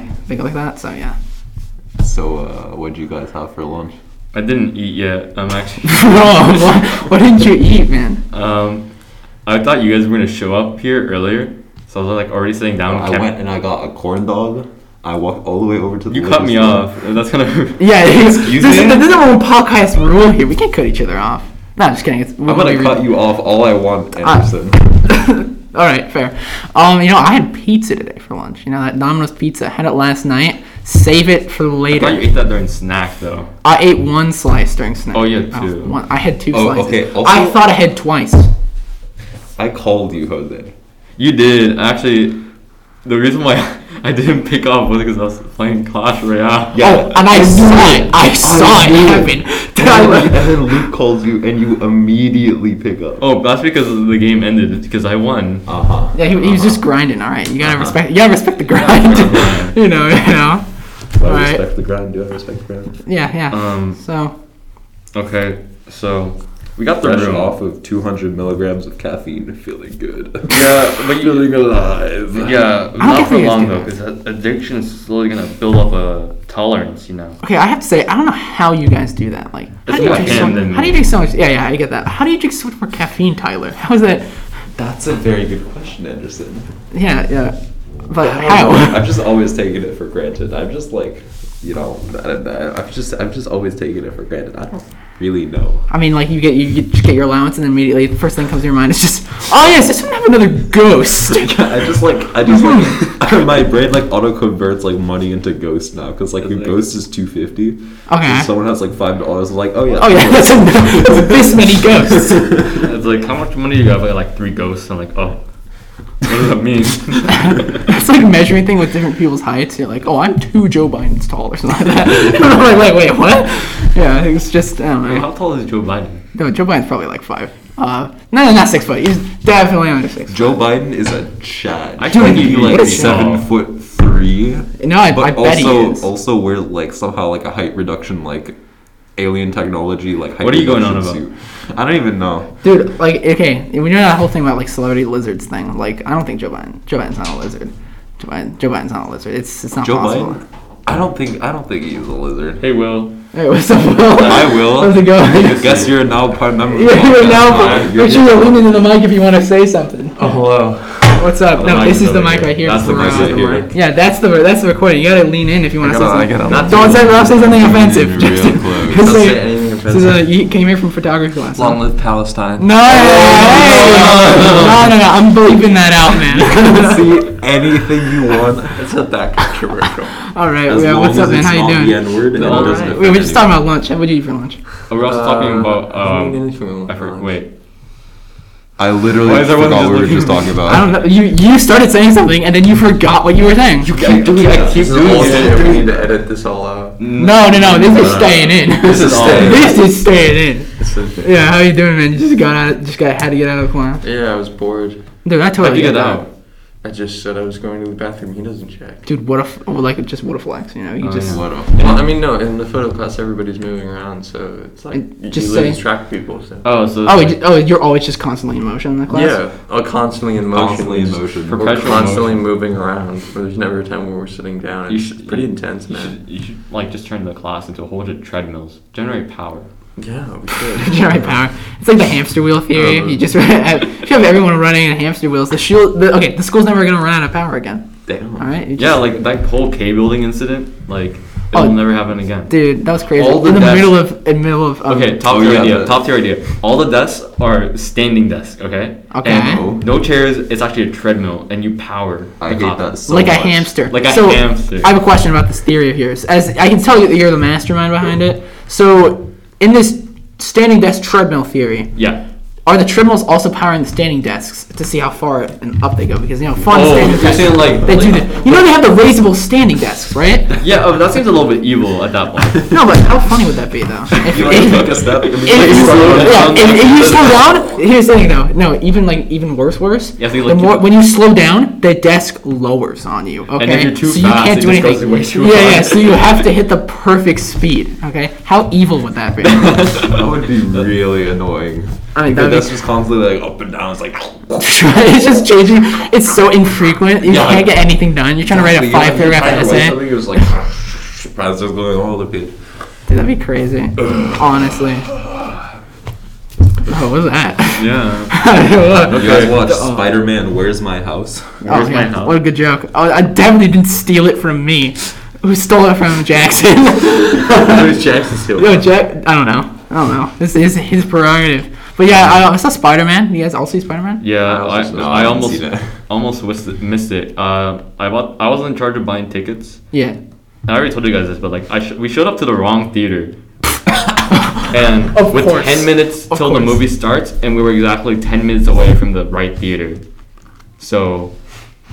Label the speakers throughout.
Speaker 1: things like that. So yeah.
Speaker 2: So, uh, what do you guys have for lunch?
Speaker 3: I didn't eat yet. I'm actually.
Speaker 1: Bro, what, what didn't you eat, man?
Speaker 3: Um, I thought you guys were gonna show up here earlier, so I was like already sitting down.
Speaker 2: I
Speaker 3: kept-
Speaker 2: went and I got a corn dog. I walked all the way over to the.
Speaker 3: you
Speaker 2: liquor
Speaker 3: cut me
Speaker 2: store.
Speaker 3: off. That's kind of.
Speaker 1: Yeah, this,
Speaker 2: Excuse
Speaker 1: this,
Speaker 2: me?
Speaker 1: this is our own podcast rule here. We can't cut each other off. No, I'm just kidding. It's,
Speaker 2: I'm gonna cut you off all I want,
Speaker 1: Ah.
Speaker 2: Anderson.
Speaker 1: All right, fair. Um, you know, I had pizza today for lunch. You know that Domino's pizza. I had it last night. Save it for
Speaker 3: I
Speaker 1: later.
Speaker 3: thought you ate that during snack though.
Speaker 1: I ate one slice during snack.
Speaker 3: Oh, you had
Speaker 1: I was-
Speaker 3: two.
Speaker 1: one- I had two
Speaker 2: Oh,
Speaker 1: slices.
Speaker 2: okay, also-
Speaker 1: I thought I had twice.
Speaker 2: I called you, Jose.
Speaker 3: You did actually. The reason why I didn't pick up was because I was playing Clash Royale.
Speaker 2: Yeah,
Speaker 1: oh, and I,
Speaker 2: I
Speaker 1: saw it. I saw it
Speaker 2: knew
Speaker 1: happen. Did I-
Speaker 2: and then Luke calls you, and you immediately pick up.
Speaker 3: Oh, that's because the game ended because I won.
Speaker 2: Uh huh.
Speaker 1: yeah, he, he was just grinding. All right, you
Speaker 2: Uh-huh.
Speaker 1: gotta respect. You gotta respect the grind. you know. You know.
Speaker 2: Do I
Speaker 1: Alright.
Speaker 2: respect the ground? Do I respect the ground?
Speaker 1: Yeah. Yeah.
Speaker 3: Um,
Speaker 1: so.
Speaker 3: Okay, so we got the
Speaker 2: Fresh
Speaker 3: room.
Speaker 2: off of 200 milligrams of caffeine, feeling good.
Speaker 3: Yeah, but you-
Speaker 2: feeling alive.
Speaker 1: I
Speaker 3: Yeah,
Speaker 1: don't
Speaker 3: not for
Speaker 1: think
Speaker 3: long
Speaker 1: it's
Speaker 3: though,
Speaker 1: good.
Speaker 3: because addiction is slowly gonna build up a tolerance. You know,
Speaker 1: Okay, I have to say, I don't know how you guys do that. Like, how
Speaker 3: It's
Speaker 1: do you
Speaker 3: more
Speaker 1: drink so
Speaker 3: him
Speaker 1: much?
Speaker 3: than
Speaker 1: How do you
Speaker 3: me.
Speaker 1: drink so much? Yeah, yeah, I get that. How do you drink so much more caffeine, Tyler? How is that?
Speaker 2: That's a very good question, Anderson.
Speaker 1: Yeah, yeah. But
Speaker 2: I don't
Speaker 1: how?
Speaker 2: know. I've just always taken it for granted. I'm just like, you know, I don't know. I've just, I've just always taken it for granted. I don't really know.
Speaker 1: I mean, like you get you, you just get your allowance, and then immediately the first thing comes to your mind is just, oh yes, this one have another ghost.
Speaker 2: I just like, I just like, my brain like auto converts like money into ghost now because like the
Speaker 3: Like-
Speaker 2: ghost is two fifty.
Speaker 1: Okay.
Speaker 2: someone has like five dollars. I'm like, oh yeah.
Speaker 1: Oh yeah, that's, a, that's this many ghosts.
Speaker 3: it's like how much money do you have? I got, like three ghosts. I'm like, oh, what does that mean?
Speaker 1: It's like measuring thing with different people's heights. You're like, oh, I'm two Joe Bidens tall or something like that. I'm like, wait, wait, what? Yeah, it's just I don't know.
Speaker 2: Uh-huh.
Speaker 3: How tall is Joe Biden?
Speaker 1: No, Joe Biden's probably like five. Uh, no, no, not six foot. He's definitely under six.
Speaker 2: Joe Biden is a Chad.
Speaker 3: I feel like he'd be,
Speaker 2: He's,
Speaker 3: like,
Speaker 2: like
Speaker 1: what a
Speaker 2: seven
Speaker 3: Chad.
Speaker 2: foot three.
Speaker 1: No, I-
Speaker 2: but
Speaker 1: I
Speaker 2: also
Speaker 1: bet he is.
Speaker 2: also we're like somehow like a height reduction like alien technology like height
Speaker 3: What are you going on
Speaker 2: reduction suit. I don't even know.
Speaker 1: Dude, like, okay, we know that whole thing about like celebrity lizards thing. Like, I don't think Joe Biden. Joe Biden's not a lizard. Joe, Biden, Joe Biden's not a lizard. It's it's not
Speaker 2: Joe
Speaker 1: possible.
Speaker 2: Biden. I don't think I don't think he's a lizard.
Speaker 3: Hey, Will.
Speaker 1: Hey, what's up, Will?
Speaker 2: I will.
Speaker 1: How's it
Speaker 2: I
Speaker 1: going?
Speaker 2: guess you're now part member. of the
Speaker 1: Yeah, you're
Speaker 2: podcast.
Speaker 1: now.
Speaker 2: Alright, you're-
Speaker 1: Make sure you're leaning in the mic if you want to say something.
Speaker 3: Oh, hello.
Speaker 1: What's up? No,
Speaker 3: mic
Speaker 1: this
Speaker 3: is
Speaker 1: is the
Speaker 3: over
Speaker 1: mic
Speaker 3: here.
Speaker 1: right here.
Speaker 2: That's the
Speaker 1: for,
Speaker 2: mic
Speaker 1: uh,
Speaker 2: right here.
Speaker 1: Yeah, that's the that's the recording. You gotta lean in if you want to say
Speaker 2: gotta- I
Speaker 1: something.
Speaker 2: gotta-
Speaker 1: Don't say don't say something offensive.
Speaker 2: Real
Speaker 1: Just-
Speaker 2: close.
Speaker 1: just
Speaker 4: Don't
Speaker 1: say-
Speaker 4: say anything
Speaker 1: this is a- you came here from photography class. huh?
Speaker 4: Long live Palestine.
Speaker 1: No, no, no, no, no, I'm bleeping that out, man.
Speaker 2: See anything you want.
Speaker 4: It's a back commercial.
Speaker 1: All right,
Speaker 2: As
Speaker 1: yeah,
Speaker 2: long
Speaker 1: what's
Speaker 2: as
Speaker 1: up, man?
Speaker 2: it's
Speaker 1: How you
Speaker 2: not
Speaker 1: doing?
Speaker 2: The N-word and it
Speaker 4: All
Speaker 2: doesn't
Speaker 4: right.
Speaker 1: Wait, we're just
Speaker 2: offend
Speaker 1: talking about lunch. What'd you eat for lunch?
Speaker 3: We're also
Speaker 1: Uh,
Speaker 3: talking about. Um, I forgot.
Speaker 4: forgot.
Speaker 3: Wait.
Speaker 2: I literally
Speaker 3: Why is everyone
Speaker 2: forgot
Speaker 3: just
Speaker 2: what we were
Speaker 3: looking-
Speaker 2: just talking about.
Speaker 1: I don't know. You you started saying something and then you forgot what you were saying.
Speaker 2: keep doing that.
Speaker 4: Keep doing it. We need to edit this all out.
Speaker 1: No, no, no. This is staying in.
Speaker 2: This is staying.
Speaker 1: This is staying in.
Speaker 4: It's a-
Speaker 1: Yeah, how you doing, man? You just got out. Just got had to get out of the class.
Speaker 4: Yeah, I was bored.
Speaker 1: Dude, I
Speaker 3: How'd
Speaker 1: totally
Speaker 3: you
Speaker 1: get
Speaker 3: get
Speaker 1: that.
Speaker 3: out?
Speaker 4: I just said I was going to the bathroom. He doesn't check.
Speaker 1: Dude, what if well, like just what a flex? You know, you
Speaker 3: Oh,
Speaker 1: just.
Speaker 3: yeah.
Speaker 4: Well, I mean, no. In the photo class, everybody's moving around, so it's like
Speaker 1: And
Speaker 4: you
Speaker 1: just
Speaker 4: lose
Speaker 1: say-
Speaker 4: track of people. So.
Speaker 3: Oh, so
Speaker 1: Oh, you ju- oh, you're always just constantly in motion in the class.
Speaker 4: yeah, uh, constantly in motion.
Speaker 2: Constantly
Speaker 4: we
Speaker 2: in
Speaker 4: just-
Speaker 2: motion.
Speaker 4: We're
Speaker 3: Perpetual
Speaker 4: constantly
Speaker 3: motion.
Speaker 4: moving around. There's never a time where we're sitting down.
Speaker 3: You
Speaker 4: It's
Speaker 3: should-
Speaker 4: pretty intense,
Speaker 3: you
Speaker 4: man.
Speaker 3: should, you should like just turn the class into a whole bunch of treadmills. Generate power.
Speaker 4: Yeah, we should.
Speaker 1: Generate power. It's like the hamster wheel theory.
Speaker 4: Uh-huh.
Speaker 1: you just have, if you have everyone running in hamster wheels, the shield. The, okay, the school's never gonna run out of power again.
Speaker 2: Damn.
Speaker 1: All right. You
Speaker 3: Yeah,
Speaker 1: just-
Speaker 3: like that whole K building incident. Like it
Speaker 1: Oh.
Speaker 3: will never happen again.
Speaker 1: dude, that was crazy.
Speaker 3: All the
Speaker 1: in the
Speaker 3: desks-
Speaker 1: middle of in the middle of. Um,
Speaker 3: Okay, top
Speaker 2: Oh,
Speaker 3: tier
Speaker 2: yeah,
Speaker 3: idea.
Speaker 2: the-
Speaker 3: Top tier idea. All the desks are standing desks. Okay.
Speaker 1: Okay.
Speaker 3: And no chairs. It's actually a treadmill, and you power.
Speaker 2: Oh. I
Speaker 3: the
Speaker 2: hate
Speaker 3: top.
Speaker 2: that so
Speaker 1: Like a
Speaker 2: much.
Speaker 1: hamster.
Speaker 3: Like a
Speaker 1: so,
Speaker 3: hamster.
Speaker 1: I have a question about this theory of yours. As I can tell you that you're the mastermind behind it. So, in this standing desk treadmill theory,
Speaker 3: Yeah.
Speaker 1: are the treadmills also powering the standing desks to see how far and up they go? Because you know, fun
Speaker 3: Oh,
Speaker 1: standing
Speaker 3: you're
Speaker 1: desks.
Speaker 3: saying like-
Speaker 1: they do that. You know, they have the raisable standing desks, right?
Speaker 3: Yeah. Oh, that seems a little bit evil at that point.
Speaker 1: No, but how funny would that be though? If,
Speaker 2: You
Speaker 1: if-
Speaker 2: like took a step. and
Speaker 1: if-
Speaker 2: you slowed
Speaker 1: yeah,
Speaker 2: down.
Speaker 1: if- if you slow down, here's the thing though. No, even like even worse, worse.
Speaker 3: Yeah, so you
Speaker 1: the
Speaker 3: like-
Speaker 1: more when you slow down, the desk lowers on you. Okay,
Speaker 3: if you're too
Speaker 1: so you
Speaker 3: fast,
Speaker 1: can't
Speaker 3: it
Speaker 1: do
Speaker 3: just
Speaker 1: anything.
Speaker 3: goes way too
Speaker 1: yeah, yeah.
Speaker 3: hard.
Speaker 1: So you have to hit the perfect speed. Okay, how evil would that be?
Speaker 2: That
Speaker 3: would
Speaker 2: be
Speaker 4: really annoying.
Speaker 1: I mean,
Speaker 2: But
Speaker 1: that'd
Speaker 2: that's
Speaker 1: be,
Speaker 2: just constantly like up and down. It's like
Speaker 1: it's just changing. It's so infrequent. You
Speaker 2: Yeah.
Speaker 1: can't get anything done. You're trying to write a five paragraph essay.
Speaker 2: Something it was like that's just going all the page.
Speaker 1: Dude, that'd be crazy. Honestly. Oh, what was that? Oh,
Speaker 3: Yeah.
Speaker 2: You
Speaker 1: Yeah.
Speaker 2: guys
Speaker 3: Okay.
Speaker 2: watched Spider Man? Where's my house?
Speaker 3: Where's my house?
Speaker 1: What a good joke. Oh, I definitely didn't steal it from me. Who stole it from Jackson?
Speaker 4: Who's Jackson stealing
Speaker 1: Yo,
Speaker 4: it from?
Speaker 1: Jack. I don't know. I don't know. This is his prerogative. But yeah, I, I saw Spider Man. You guys all see Spider Man?
Speaker 3: Yeah,
Speaker 2: I
Speaker 3: I,
Speaker 2: also-
Speaker 3: I,
Speaker 2: I haven't
Speaker 3: almost
Speaker 2: seen it.
Speaker 3: almost missed it. Missed it. Uh, I bought, I was in charge of buying tickets.
Speaker 1: Yeah.
Speaker 3: I already told you guys this, but like, I sh- we showed up to the wrong theater, and
Speaker 1: Of
Speaker 3: with
Speaker 1: course.
Speaker 3: ten minutes
Speaker 1: Of
Speaker 3: till the
Speaker 1: course.
Speaker 3: movie starts, and we were exactly ten minutes away from the right theater. So,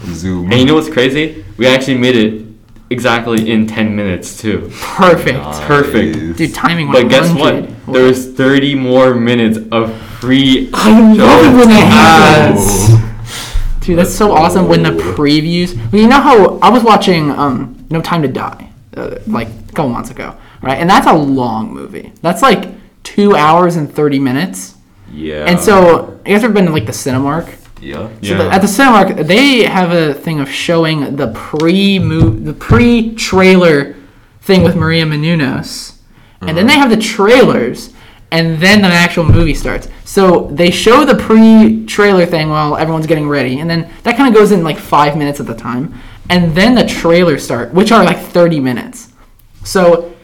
Speaker 2: Zoom.
Speaker 3: and you know what's crazy? We actually made it exactly in ten minutes too.
Speaker 1: Perfect.
Speaker 3: perfect.
Speaker 1: Dude, timing.
Speaker 3: But guess
Speaker 1: 100.
Speaker 3: what? There was thirty more minutes of free.
Speaker 1: I love it when that happens.
Speaker 3: Yes.
Speaker 1: Dude, that's so awesome when the previews. Well, you know how I was watching um, No Time to Die uh, like a couple months ago, right? And that's a long movie. That's like two hours and thirty minutes.
Speaker 2: Yeah.
Speaker 1: And so, you guys ever been to like the Cinemark?
Speaker 2: yeah.
Speaker 1: So the-
Speaker 3: Yeah.
Speaker 1: at the Cinemark, they have a thing of showing the pre the pre trailer thing with Maria Menounos, and then they have the trailers, and then the actual movie starts. So they show the pre trailer thing while everyone's getting ready, and then that kind of goes in like five minutes at the time, and then the trailers start, which are like thirty minutes. So,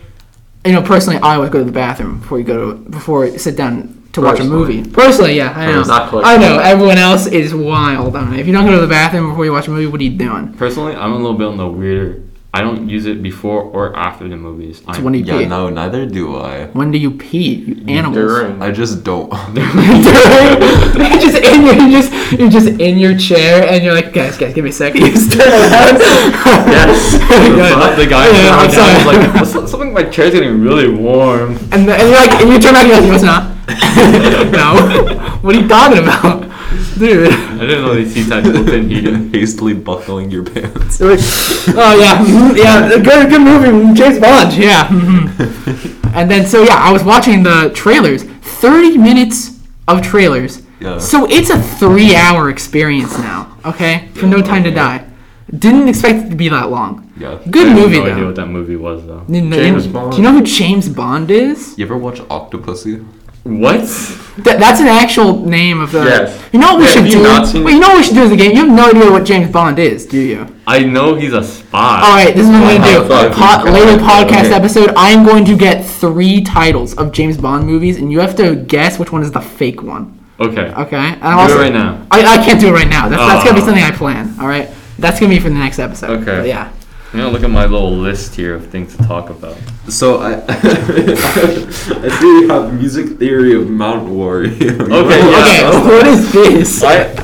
Speaker 1: you know, personally, I would go to the bathroom before you go to before you sit down to watch a
Speaker 4: Personally.
Speaker 1: movie. Personally, yeah, I know.
Speaker 4: not close.
Speaker 1: I know. Everyone else is wild on it. If you don't go to the bathroom before you watch a movie, what are you doing?
Speaker 3: Personally, I'm a little bit on the weirder. I don't use it before or after the movies.
Speaker 1: It's
Speaker 3: I-
Speaker 1: when do you pee.
Speaker 2: Yeah. No, neither do I.
Speaker 1: When do you pee? You animals.
Speaker 4: During.
Speaker 2: I just don't.
Speaker 1: you're just in your, you're just you're just in your chair and you're like, guys, guys, give me a second. You just turn around.
Speaker 3: Yes.
Speaker 1: Go ahead.
Speaker 3: But the guy
Speaker 1: Yeah, I'm
Speaker 3: was
Speaker 1: sorry.
Speaker 3: like, "What's that- something. My chair's getting really warm.
Speaker 1: and, the, and you're like, and you turn back and you're like, no, it's not. no. What are you talking about,
Speaker 3: I
Speaker 1: dude?
Speaker 3: didn't know these tea types built in heating.
Speaker 2: Hastily buckling your pants.
Speaker 1: They're like, oh yeah, mhm, yeah, good, good movie, James Bond, yeah. mhm. And then so yeah, I was watching the trailers. Thirty minutes of trailers.
Speaker 2: Yeah.
Speaker 1: So it's a three-hour experience now. Okay, for No Time to Die. Didn't expect it to be that long.
Speaker 2: Yeah.
Speaker 1: Good
Speaker 3: I have
Speaker 1: movie
Speaker 3: no idea
Speaker 1: though.
Speaker 3: what that movie was though.
Speaker 1: You know-
Speaker 4: James
Speaker 1: you-
Speaker 4: Bond.
Speaker 1: Do you know who James Bond is?
Speaker 2: You ever watch Octopussy?
Speaker 3: What?
Speaker 1: Th- that's an actual name of the.
Speaker 4: Yes.
Speaker 1: You know what we
Speaker 4: Yeah,
Speaker 1: should
Speaker 4: have you
Speaker 1: do?
Speaker 4: not seen-
Speaker 1: Wait, you know what we should do as a game? You have no idea what James Bond is, do you?
Speaker 3: I know he's a spy. Oh,
Speaker 1: All right, this is what I'm gonna do.
Speaker 2: High five.
Speaker 1: Po- later podcast
Speaker 2: Okay.
Speaker 1: episode, I am going to get three titles of James Bond movies, and you have to guess which one is the fake one.
Speaker 3: Okay.
Speaker 1: Okay. And
Speaker 3: Do it right now.
Speaker 1: I, I can't do it right now. That's, that's gonna be
Speaker 3: Oh.
Speaker 1: something I plan. All right. That's gonna be for the next episode.
Speaker 3: Okay.
Speaker 1: But yeah.
Speaker 3: I'm gonna look at my little list here of things to talk about.
Speaker 2: So I, I do have music theory of Mount Warrior.
Speaker 3: Okay, Yeah,
Speaker 1: okay.
Speaker 3: that's-
Speaker 1: what is this?
Speaker 3: I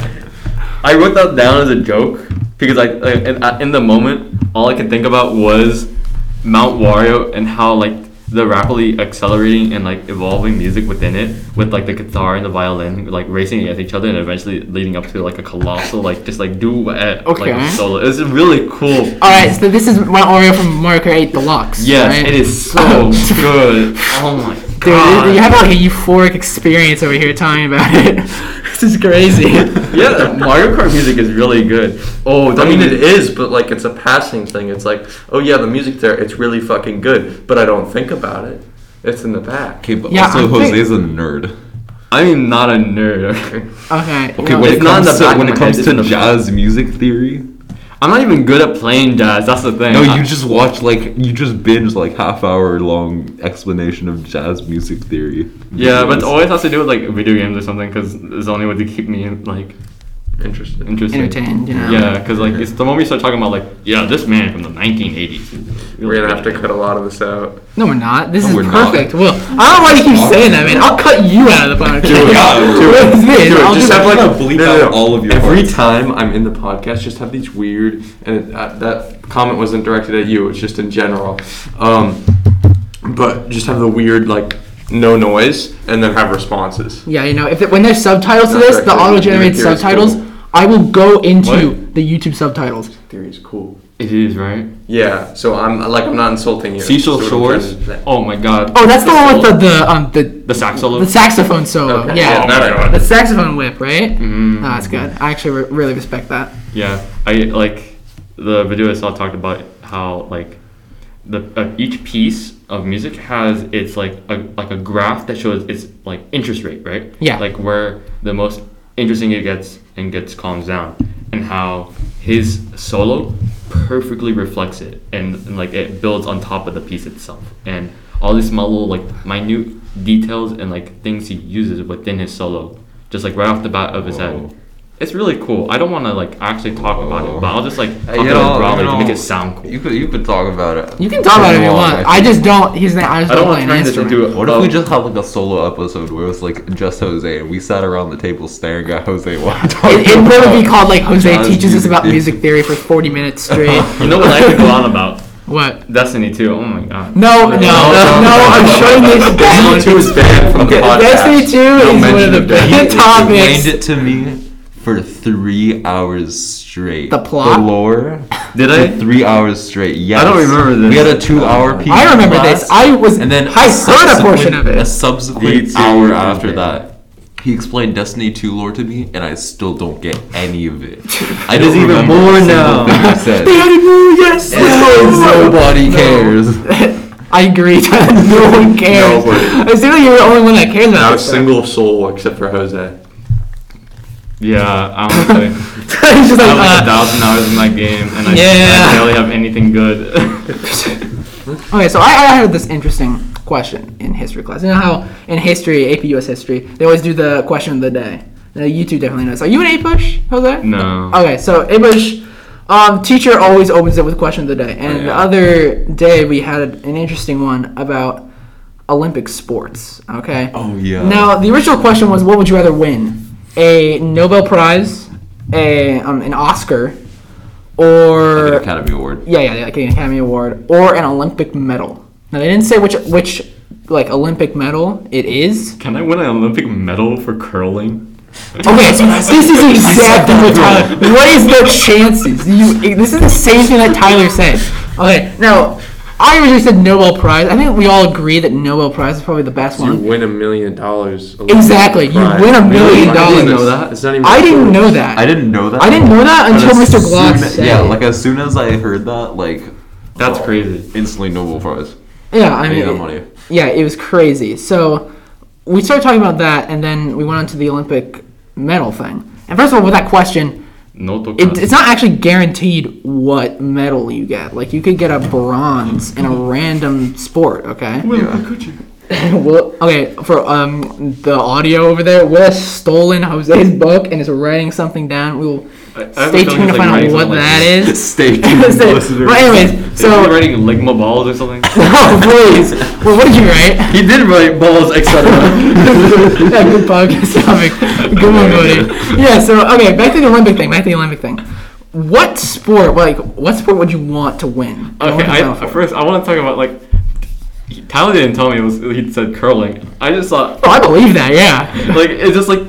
Speaker 3: I wrote that down as a joke because I, I in, uh, in the moment all I could think about was Mount Wario and how like the rapidly accelerating and like evolving music within it with like the guitar and the violin like racing against each other and eventually leading up to like a colossal like just like duet
Speaker 1: Okay.
Speaker 3: like solo. It's really cool.
Speaker 1: all right. So this is my Oreo from Mario Kart 8 Deluxe.
Speaker 3: Yes,
Speaker 1: right?
Speaker 3: it is so good. Oh my
Speaker 1: Dude,
Speaker 3: god.
Speaker 1: you have like a euphoric experience over here talking about it. this is crazy.
Speaker 3: yeah, Mario Kart music is really good. Oh,
Speaker 4: I mean, it is, but like it's a passing thing. It's like, oh yeah, the music there, it's really fucking good, but I don't think about it. It's in the back.
Speaker 2: Okay, but
Speaker 1: Yeah,
Speaker 2: also
Speaker 1: I'm think-
Speaker 2: Jose's a nerd.
Speaker 3: I am not a nerd. okay?
Speaker 1: Okay.
Speaker 2: Okay,
Speaker 1: no.
Speaker 2: when it
Speaker 3: it's not in
Speaker 2: comes
Speaker 3: the
Speaker 2: to
Speaker 3: back
Speaker 2: when
Speaker 3: of
Speaker 2: it
Speaker 3: my head,
Speaker 2: comes
Speaker 3: it's in
Speaker 2: to
Speaker 3: the-
Speaker 2: jazz music theory, Ah.
Speaker 3: I'm not even good at playing jazz. That's the thing. Uh,
Speaker 2: no,
Speaker 3: I-
Speaker 2: you just watch like you just binge like half hour long explanation of jazz music theory.
Speaker 3: Yeah, but
Speaker 2: Videos.
Speaker 3: it always has to do with like video games or something because it's the only way to keep me like
Speaker 4: Interesting.
Speaker 3: interested.
Speaker 1: Entertained, you know?
Speaker 3: Yeah, because like it's the moment you start talking about like yeah, this man from the 1980s.
Speaker 4: We're gonna have to cut a lot of this out.
Speaker 1: No, we're not. This
Speaker 2: No,
Speaker 1: is
Speaker 2: we're not.
Speaker 1: perfect. Will, I don't want to keep saying that, man. I'll cut you out of the podcast.
Speaker 2: it. Do
Speaker 1: What
Speaker 2: it.
Speaker 1: is this?
Speaker 4: Do it.
Speaker 1: I'll
Speaker 4: Just
Speaker 1: do
Speaker 4: have
Speaker 1: it.
Speaker 4: like
Speaker 2: I'm gonna bleep
Speaker 4: no, no, no.
Speaker 2: out all of your
Speaker 4: Every
Speaker 2: parts.
Speaker 4: time I'm in the podcast, just have these weird and uh, that comment wasn't directed at you. It's just in general. Um, but just have the weird like no noise and then have responses.
Speaker 1: Yeah, you know, if it, when there's subtitles to
Speaker 4: That's
Speaker 1: this,
Speaker 4: right.
Speaker 1: the
Speaker 4: Even
Speaker 1: auto generated
Speaker 4: here it's
Speaker 1: subtitles.
Speaker 4: cool.
Speaker 1: I will go into
Speaker 3: What?
Speaker 1: the YouTube subtitles.
Speaker 4: Theory's cool.
Speaker 3: It is right.
Speaker 4: Yeah, so I'm like I'm not insulting you.
Speaker 3: Seashell
Speaker 4: That's what I'm
Speaker 3: Shores.
Speaker 4: trying to-
Speaker 3: Oh my god.
Speaker 1: Oh, that's the one with
Speaker 3: solo.
Speaker 1: the the um the
Speaker 3: the sax solo.
Speaker 1: the saxophone solo.
Speaker 4: Okay.
Speaker 1: Yeah,
Speaker 3: Oh my
Speaker 1: the
Speaker 3: god.
Speaker 1: saxophone whip, right?
Speaker 3: Mm.
Speaker 1: No, that's good. I actually re- really respect that.
Speaker 3: Yeah, I like the video I saw talked about how like the uh, each piece of music has its like a like a graph that shows its like interest rate, right?
Speaker 1: Yeah.
Speaker 3: Like where the most interesting it gets and gets calms down, and how his solo perfectly reflects it, and, and like it builds on top of the piece itself, and all these small little like minute details and like things he uses within his solo, just like right off the bat of his
Speaker 2: Whoa.
Speaker 3: head. It's really cool. I don't want to like actually talk about it, but I'll just like
Speaker 2: Hey,
Speaker 3: talk
Speaker 2: you
Speaker 3: about
Speaker 2: know-
Speaker 3: it broadly
Speaker 2: you
Speaker 3: to make
Speaker 2: know,
Speaker 3: it sound cool.
Speaker 2: You could you could talk about it.
Speaker 1: You can talk about it if you want. I just don't. He's not. I just
Speaker 3: I don't
Speaker 1: don't, play
Speaker 3: want to
Speaker 1: an
Speaker 3: turn this
Speaker 1: instrument.
Speaker 3: into a.
Speaker 2: What if
Speaker 3: a-
Speaker 2: we just had like a solo episode where it was like just Jose and we sat around the table staring at Jose while talking
Speaker 1: It, it
Speaker 2: about-
Speaker 1: would be called like Jose
Speaker 2: John's
Speaker 1: teaches us
Speaker 2: music
Speaker 1: about
Speaker 2: theory.
Speaker 1: music theory for 40 minutes straight.
Speaker 3: You know what I could go on about?
Speaker 1: what?
Speaker 3: Destiny 2. Oh my god.
Speaker 1: No, no, no, no,
Speaker 4: Oh,
Speaker 1: I'm showing this.
Speaker 4: Destiny Two is banned from the
Speaker 1: Okay,
Speaker 4: podcast.
Speaker 1: Destiny Two
Speaker 4: No
Speaker 1: is one of
Speaker 4: mention
Speaker 1: the
Speaker 4: of Destiny
Speaker 1: best
Speaker 4: Two.
Speaker 1: topics.
Speaker 2: Explained it to me for three hours straight.
Speaker 1: The plot?
Speaker 2: the lore.
Speaker 3: Did I?
Speaker 2: For three hours straight. Yes.
Speaker 3: don't remember this.
Speaker 2: We had a two-hour piece.
Speaker 1: I remember this. I was.
Speaker 2: and then
Speaker 1: I heard a
Speaker 2: subsequent-
Speaker 1: portion of
Speaker 2: A
Speaker 1: it.
Speaker 2: subsequent
Speaker 3: The two
Speaker 2: hour
Speaker 3: is
Speaker 2: after
Speaker 3: banned.
Speaker 2: that. He explained Destiny 2 lore to me, and I still don't get any of it. I
Speaker 3: There's
Speaker 2: don't
Speaker 3: even
Speaker 2: remember
Speaker 3: more
Speaker 2: a single
Speaker 3: now.
Speaker 2: thing he said.
Speaker 1: They had a new- yes.
Speaker 2: And Nobody cares.
Speaker 1: I agree. Tyler, no one cares.
Speaker 4: Nobody.
Speaker 1: I feel like you're the only one that cares about
Speaker 4: Not a
Speaker 1: this stuff.
Speaker 4: single soul except for Jose.
Speaker 3: Yeah, honestly.
Speaker 1: He's just
Speaker 3: I
Speaker 1: like,
Speaker 3: have like a
Speaker 1: uh,
Speaker 3: thousand hours in my game, and I,
Speaker 1: Yeah.
Speaker 3: I barely have anything good.
Speaker 1: Okay, so I, I heard this interesting question in history class. You know how in history, AP US history, they always do the question of the day. Now, you two definitely know. this. Are you an A push, Jose?
Speaker 3: no.
Speaker 1: Okay, so A push, um, teacher always opens it with question of the day. And
Speaker 2: yeah.
Speaker 1: the other day we had an interesting one about Olympic sports. Okay.
Speaker 2: Oh, yeah.
Speaker 1: Now the original question was, what would you rather win, a Nobel Prize, a um, an Oscar,
Speaker 2: Like
Speaker 1: or
Speaker 2: an Academy Award.
Speaker 1: yeah, yeah, like an Academy Award or an Olympic medal. Now they didn't say which which like Olympic medal it is.
Speaker 3: Can I win an Olympic medal for curling?
Speaker 1: Okay, so this is exactly what Tyler. What is the chances? You, this is the same thing that Tyler said. Okay, now I originally said Nobel Prize. I think we all agree that Nobel Prize is probably the best
Speaker 4: You
Speaker 1: one.
Speaker 4: win a million dollars.
Speaker 1: Exactly, you win a million
Speaker 4: I
Speaker 1: dollars.
Speaker 4: didn't know that. It's not even
Speaker 1: I didn't know that.
Speaker 2: I didn't know that.
Speaker 1: I didn't know that
Speaker 2: And
Speaker 1: until
Speaker 2: as
Speaker 1: Mr.
Speaker 2: soon
Speaker 1: Glock
Speaker 2: as-
Speaker 1: said
Speaker 2: Yeah,
Speaker 1: it.
Speaker 2: like as soon as I heard that, like
Speaker 3: That's
Speaker 2: oh,
Speaker 3: crazy.
Speaker 2: Instantly Nobel Prize.
Speaker 1: Yeah, I
Speaker 2: There
Speaker 1: mean,
Speaker 2: you go, money.
Speaker 1: yeah, it was crazy. So we started talking about that, and then we went on to the Olympic medal thing. And first of all, with that question,
Speaker 3: No to
Speaker 1: it, it's not actually guaranteed what medal you get. Like you could get a bronze in a random sport. Okay. Will, okay, for um the audio over there, Will has stolen Jose's book and is writing something down. We will
Speaker 3: I- I have a
Speaker 1: stay
Speaker 3: feeling
Speaker 1: tuned
Speaker 3: it's
Speaker 1: to find out
Speaker 3: like writing
Speaker 1: what
Speaker 3: something like
Speaker 1: that
Speaker 3: this.
Speaker 1: is.
Speaker 2: Stay tuned, listeners.
Speaker 1: but anyways,
Speaker 3: Is he
Speaker 1: so
Speaker 3: writing ligma balls or something?
Speaker 1: oh please, well, what did you write?
Speaker 3: he did write balls,
Speaker 1: yeah, good podcast topic. Good one, buddy. Yeah, so okay, back to the Olympic thing. Back to the Olympic thing. What sport, like, what sport would you want to win?
Speaker 3: Okay,
Speaker 1: I,
Speaker 3: I, first I want to talk about like he- Tyler didn't tell me it was he said curling. I just thought
Speaker 1: oh, I believe that. Yeah.
Speaker 3: like it's just like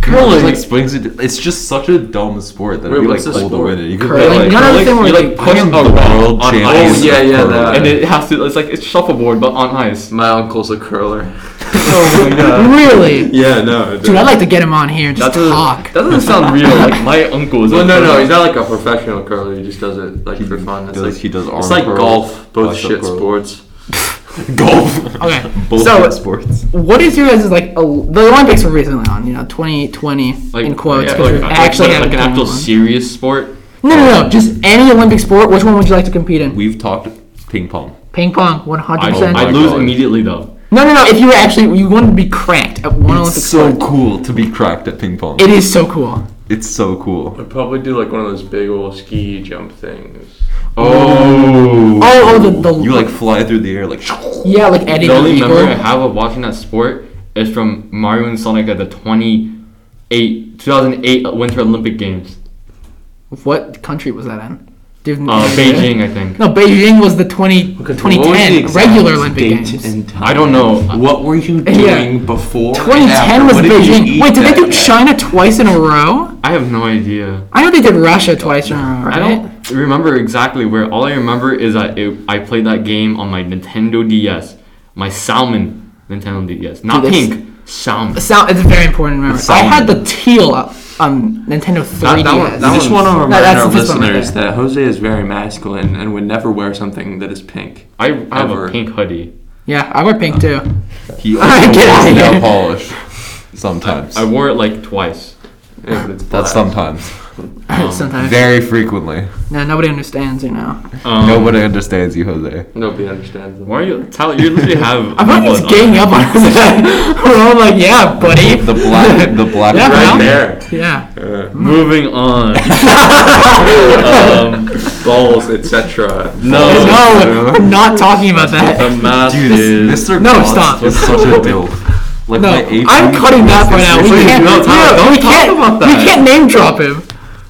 Speaker 2: Curling
Speaker 3: curling.
Speaker 2: like swings. It, it's just such a dumb sport that
Speaker 4: Wait,
Speaker 2: it'd be like
Speaker 4: what's the
Speaker 2: cool to
Speaker 4: sport?
Speaker 2: win it. You could
Speaker 1: Curling?
Speaker 2: play,
Speaker 1: None of the
Speaker 3: you,
Speaker 1: thing where
Speaker 3: you,
Speaker 1: they-
Speaker 3: like push
Speaker 1: I
Speaker 3: a
Speaker 1: am
Speaker 2: the
Speaker 3: rock
Speaker 2: world
Speaker 3: on
Speaker 2: champion.
Speaker 3: ice.
Speaker 4: Oh, yeah, yeah, that.
Speaker 3: And it has to. It's like it's shuffleboard but on ice.
Speaker 4: My uncle's a curler.
Speaker 3: Oh my god.
Speaker 1: really,
Speaker 4: Yeah, no.
Speaker 1: dude, I'd like to get him on here and
Speaker 3: That
Speaker 1: just
Speaker 3: doesn't,
Speaker 1: talk.
Speaker 3: that doesn't sound real. Like my uncle is. a
Speaker 4: Well, no, no,
Speaker 3: curler.
Speaker 4: he's not like a professional curler. He just does it like for fun. It's
Speaker 2: does-
Speaker 4: like
Speaker 2: he does arm
Speaker 4: It's like
Speaker 2: curls,
Speaker 4: golf, both
Speaker 2: bicep
Speaker 4: shit
Speaker 2: curls.
Speaker 4: sports.
Speaker 2: golf.
Speaker 1: Okay.
Speaker 2: Both
Speaker 1: So-
Speaker 2: sports.
Speaker 1: What is your guys' like? Ol- the Olympics were recently on, you know, 2020
Speaker 3: Like,
Speaker 1: in quotes
Speaker 3: yeah,
Speaker 1: because
Speaker 3: like,
Speaker 1: we
Speaker 3: like-
Speaker 1: actually
Speaker 3: like,
Speaker 1: had
Speaker 3: like an actual serious sport.
Speaker 1: No, no, no, just any Olympic sport. Which one would you like to compete in?
Speaker 2: We've talked ping pong.
Speaker 1: Ping pong, 100.
Speaker 3: I
Speaker 1: percent
Speaker 2: my
Speaker 3: I lose
Speaker 4: uh,
Speaker 2: God.
Speaker 3: immediately though.
Speaker 1: No, no, no. If you were actually, you wanted to be cracked at one Olympic
Speaker 2: It's so
Speaker 1: sport.
Speaker 2: cool to be cracked at ping pong.
Speaker 1: It is so cool.
Speaker 2: It's so cool.
Speaker 4: I'd probably do like one of those big old ski jump things.
Speaker 2: Oh.
Speaker 1: Oh, oh, the- the-
Speaker 2: you like fly through the air like.
Speaker 1: Yeah, like Eddie
Speaker 3: The
Speaker 1: the
Speaker 3: only
Speaker 1: Eagle.
Speaker 3: memory I have of watching that sport is from Mario and Sonic at the 28, 2008 Winter Olympic Games.
Speaker 1: What country was that in? Didn't
Speaker 3: Uh,
Speaker 1: they do that?
Speaker 3: Beijing, I think.
Speaker 1: No, Beijing was the 20,
Speaker 4: Okay, what was the
Speaker 1: 2010
Speaker 4: exact
Speaker 1: regular Olympic
Speaker 4: date
Speaker 1: Games.
Speaker 4: and time?
Speaker 3: I don't know.
Speaker 2: Uh,
Speaker 4: What were you doing
Speaker 1: Yeah.
Speaker 4: before? and
Speaker 1: 2010
Speaker 4: after?
Speaker 1: was
Speaker 4: What did you
Speaker 1: Beijing.
Speaker 4: eat
Speaker 1: Wait, did they
Speaker 4: that
Speaker 1: do
Speaker 4: day?
Speaker 1: China twice in a row?
Speaker 3: I have no idea.
Speaker 1: I know they did Russia twice in a row, right?
Speaker 3: I don't remember exactly where. All I remember is that it, I played that game on my Nintendo DS, my salmon Nintendo DS, not
Speaker 1: Dude, that's-
Speaker 3: pink, salmon.
Speaker 1: Sound, it's very important to remember.
Speaker 2: It's
Speaker 1: I had
Speaker 2: solid.
Speaker 1: the teal on Nintendo 3DS.
Speaker 3: That- that one-
Speaker 4: I
Speaker 3: that one's-
Speaker 4: just want to remind
Speaker 1: that's-
Speaker 4: our
Speaker 1: this one right
Speaker 4: listeners
Speaker 1: there.
Speaker 4: that Jose is very masculine and would never wear something that is pink.
Speaker 3: I have
Speaker 4: Ever.
Speaker 3: a pink hoodie.
Speaker 1: yeah, I wear pink too.
Speaker 2: He
Speaker 1: I
Speaker 2: also
Speaker 1: get out
Speaker 2: wears
Speaker 1: of
Speaker 2: nail
Speaker 1: here.
Speaker 2: polish. Sometimes.
Speaker 3: I wore it like twice.
Speaker 4: Yeah, but it's
Speaker 2: That's
Speaker 4: black.
Speaker 2: sometimes.
Speaker 1: Sometimes.
Speaker 2: Very frequently.
Speaker 1: No, nobody understands, you know.
Speaker 3: Um,
Speaker 2: Nobody understands you, Jose.
Speaker 4: Nobody understands.
Speaker 3: Why are you? Tyler, you literally have.
Speaker 1: I thought he was
Speaker 3: one
Speaker 1: ganging
Speaker 3: on.
Speaker 1: up on us. We're all like, yeah, buddy.
Speaker 2: The black, the black
Speaker 1: Yeah, well.
Speaker 2: right there.
Speaker 1: Yeah.
Speaker 3: Moving on. um,
Speaker 4: balls, etc.
Speaker 3: No.
Speaker 2: Oh.
Speaker 1: no, we're not talking about
Speaker 3: the
Speaker 1: that.
Speaker 3: math
Speaker 2: Dude,
Speaker 3: is.
Speaker 2: this, Mr.
Speaker 1: No,
Speaker 2: Boss
Speaker 1: stop.
Speaker 2: is such a dilf. Like
Speaker 1: No,
Speaker 2: my AP
Speaker 1: I'm cutting
Speaker 2: was
Speaker 1: that part
Speaker 2: this
Speaker 1: out.
Speaker 2: year.
Speaker 1: We can't,
Speaker 3: No, Tyler,
Speaker 1: no,
Speaker 3: don't
Speaker 1: we
Speaker 3: talk
Speaker 1: can't,
Speaker 3: about
Speaker 1: we
Speaker 3: that.
Speaker 1: can't name drop him.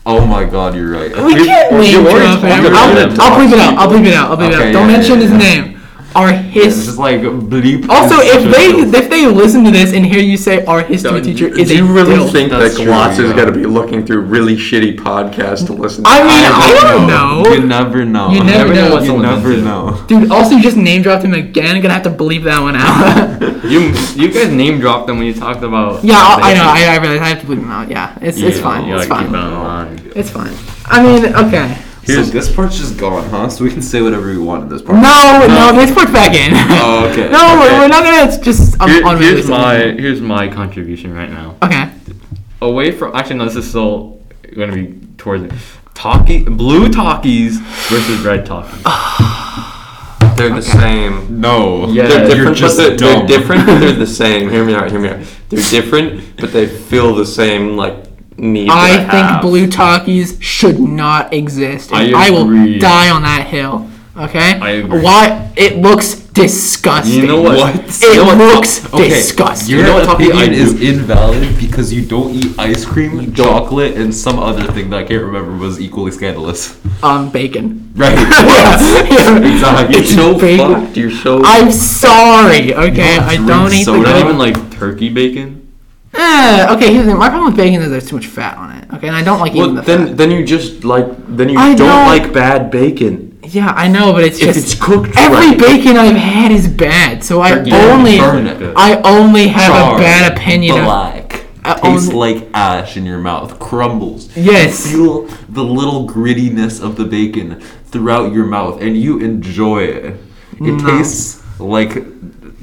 Speaker 2: Oh my god, you're right.
Speaker 1: We can't name
Speaker 3: already
Speaker 1: drop
Speaker 3: talked
Speaker 1: him.
Speaker 3: about
Speaker 1: I'll,
Speaker 3: it.
Speaker 1: I'll bleep it out. I'll bleep it out. I'll bleep it
Speaker 2: Okay,
Speaker 1: out. Don't
Speaker 2: yeah,
Speaker 1: mention
Speaker 2: yeah,
Speaker 1: his
Speaker 2: yeah.
Speaker 1: name. Our
Speaker 2: It's
Speaker 1: his.
Speaker 2: just like bleep.
Speaker 1: Also,
Speaker 2: is
Speaker 1: if
Speaker 2: such a dilf.
Speaker 1: they if they listen to this and hear you say our history
Speaker 4: Do
Speaker 1: teacher
Speaker 4: do
Speaker 1: is a
Speaker 4: you really
Speaker 1: dilf.
Speaker 4: think
Speaker 2: That's
Speaker 4: that
Speaker 2: true,
Speaker 4: Gloss is
Speaker 2: yeah.
Speaker 4: going to be looking through really shitty podcasts to listen to?
Speaker 1: I mean, I don't know.
Speaker 2: You never know.
Speaker 1: You never know what
Speaker 2: You
Speaker 3: someone
Speaker 2: never
Speaker 3: did.
Speaker 2: know.
Speaker 1: Dude, also you just name dropped him again. gonna have to bleep that one out.
Speaker 3: You you guys name dropped them when you talked about.
Speaker 1: yeah, I'll, I know.
Speaker 3: Yeah,
Speaker 1: I, I realize I have to bleep him out. Yeah, it's it's
Speaker 3: you
Speaker 1: fine.
Speaker 3: gotta
Speaker 1: It's
Speaker 3: keep it
Speaker 1: fine.
Speaker 3: online.
Speaker 1: It's fine. I mean, okay.
Speaker 2: Here's, so this part's just gone, huh? So we can say whatever we want in this part.
Speaker 1: No, no, let's put back in.
Speaker 2: Oh, okay,
Speaker 1: no, we're-
Speaker 2: okay.
Speaker 1: we're not gonna. It's just um,
Speaker 3: Here-
Speaker 1: on
Speaker 3: here's my here's my contribution right now.
Speaker 1: Okay.
Speaker 3: away from actually no this is still gonna be towards it talkie blue talkies versus red talkies
Speaker 1: Oh,
Speaker 4: They're the same.
Speaker 2: No.
Speaker 3: Yeah,
Speaker 4: They're
Speaker 3: you're
Speaker 4: different,
Speaker 2: just
Speaker 4: but they're, they're
Speaker 2: dumb.
Speaker 4: different, but they're the same. Hear me out. Hear me out. They're different, but they fill the same like need.
Speaker 1: I
Speaker 4: that
Speaker 1: think
Speaker 4: have.
Speaker 1: blue talkies should not exist. And I,
Speaker 3: I
Speaker 1: will
Speaker 3: agree.
Speaker 1: die on that hill. Okay?
Speaker 3: I agree.
Speaker 1: Why it looks disgusting.
Speaker 3: you know what,
Speaker 2: What?
Speaker 1: It
Speaker 3: You know what?
Speaker 1: looks
Speaker 3: okay,
Speaker 1: disgusting.
Speaker 2: Your
Speaker 3: You know what topic
Speaker 2: opinion
Speaker 3: I
Speaker 2: is
Speaker 3: do-
Speaker 2: invalid because you don't eat ice cream, chocolate, and some other thing that I can't remember was equally scandalous.
Speaker 1: um bacon.
Speaker 2: Right. Exactly.
Speaker 1: It's
Speaker 2: So
Speaker 1: bacon.
Speaker 2: fucked.
Speaker 4: You're so.
Speaker 1: I'm sorry, okay?
Speaker 2: don't
Speaker 1: I
Speaker 2: drink
Speaker 1: don't eat
Speaker 2: soda?
Speaker 1: the
Speaker 3: not
Speaker 1: good.
Speaker 3: even like turkey bacon
Speaker 1: Eh, okay, here's the thing. My problem with bacon is there's too much fat on it. Okay, and I don't like
Speaker 4: Well,
Speaker 1: eating the
Speaker 4: then
Speaker 1: fat.
Speaker 4: then you just like then you
Speaker 1: I
Speaker 4: don't
Speaker 1: know.
Speaker 4: like bad bacon.
Speaker 1: Yeah, I know, but it's
Speaker 4: If
Speaker 1: just
Speaker 4: it's cooked
Speaker 1: every
Speaker 4: right.
Speaker 1: bacon I've had is bad, so I
Speaker 3: Turkey
Speaker 1: only
Speaker 2: burn
Speaker 3: it.
Speaker 1: I only have a bad opinion of
Speaker 2: Black.
Speaker 1: I
Speaker 2: Tastes
Speaker 1: only-
Speaker 2: like ash in your mouth. Crumbles.
Speaker 1: Yes.
Speaker 2: You feel the little grittiness of the bacon throughout your mouth, and you enjoy it. It tastes like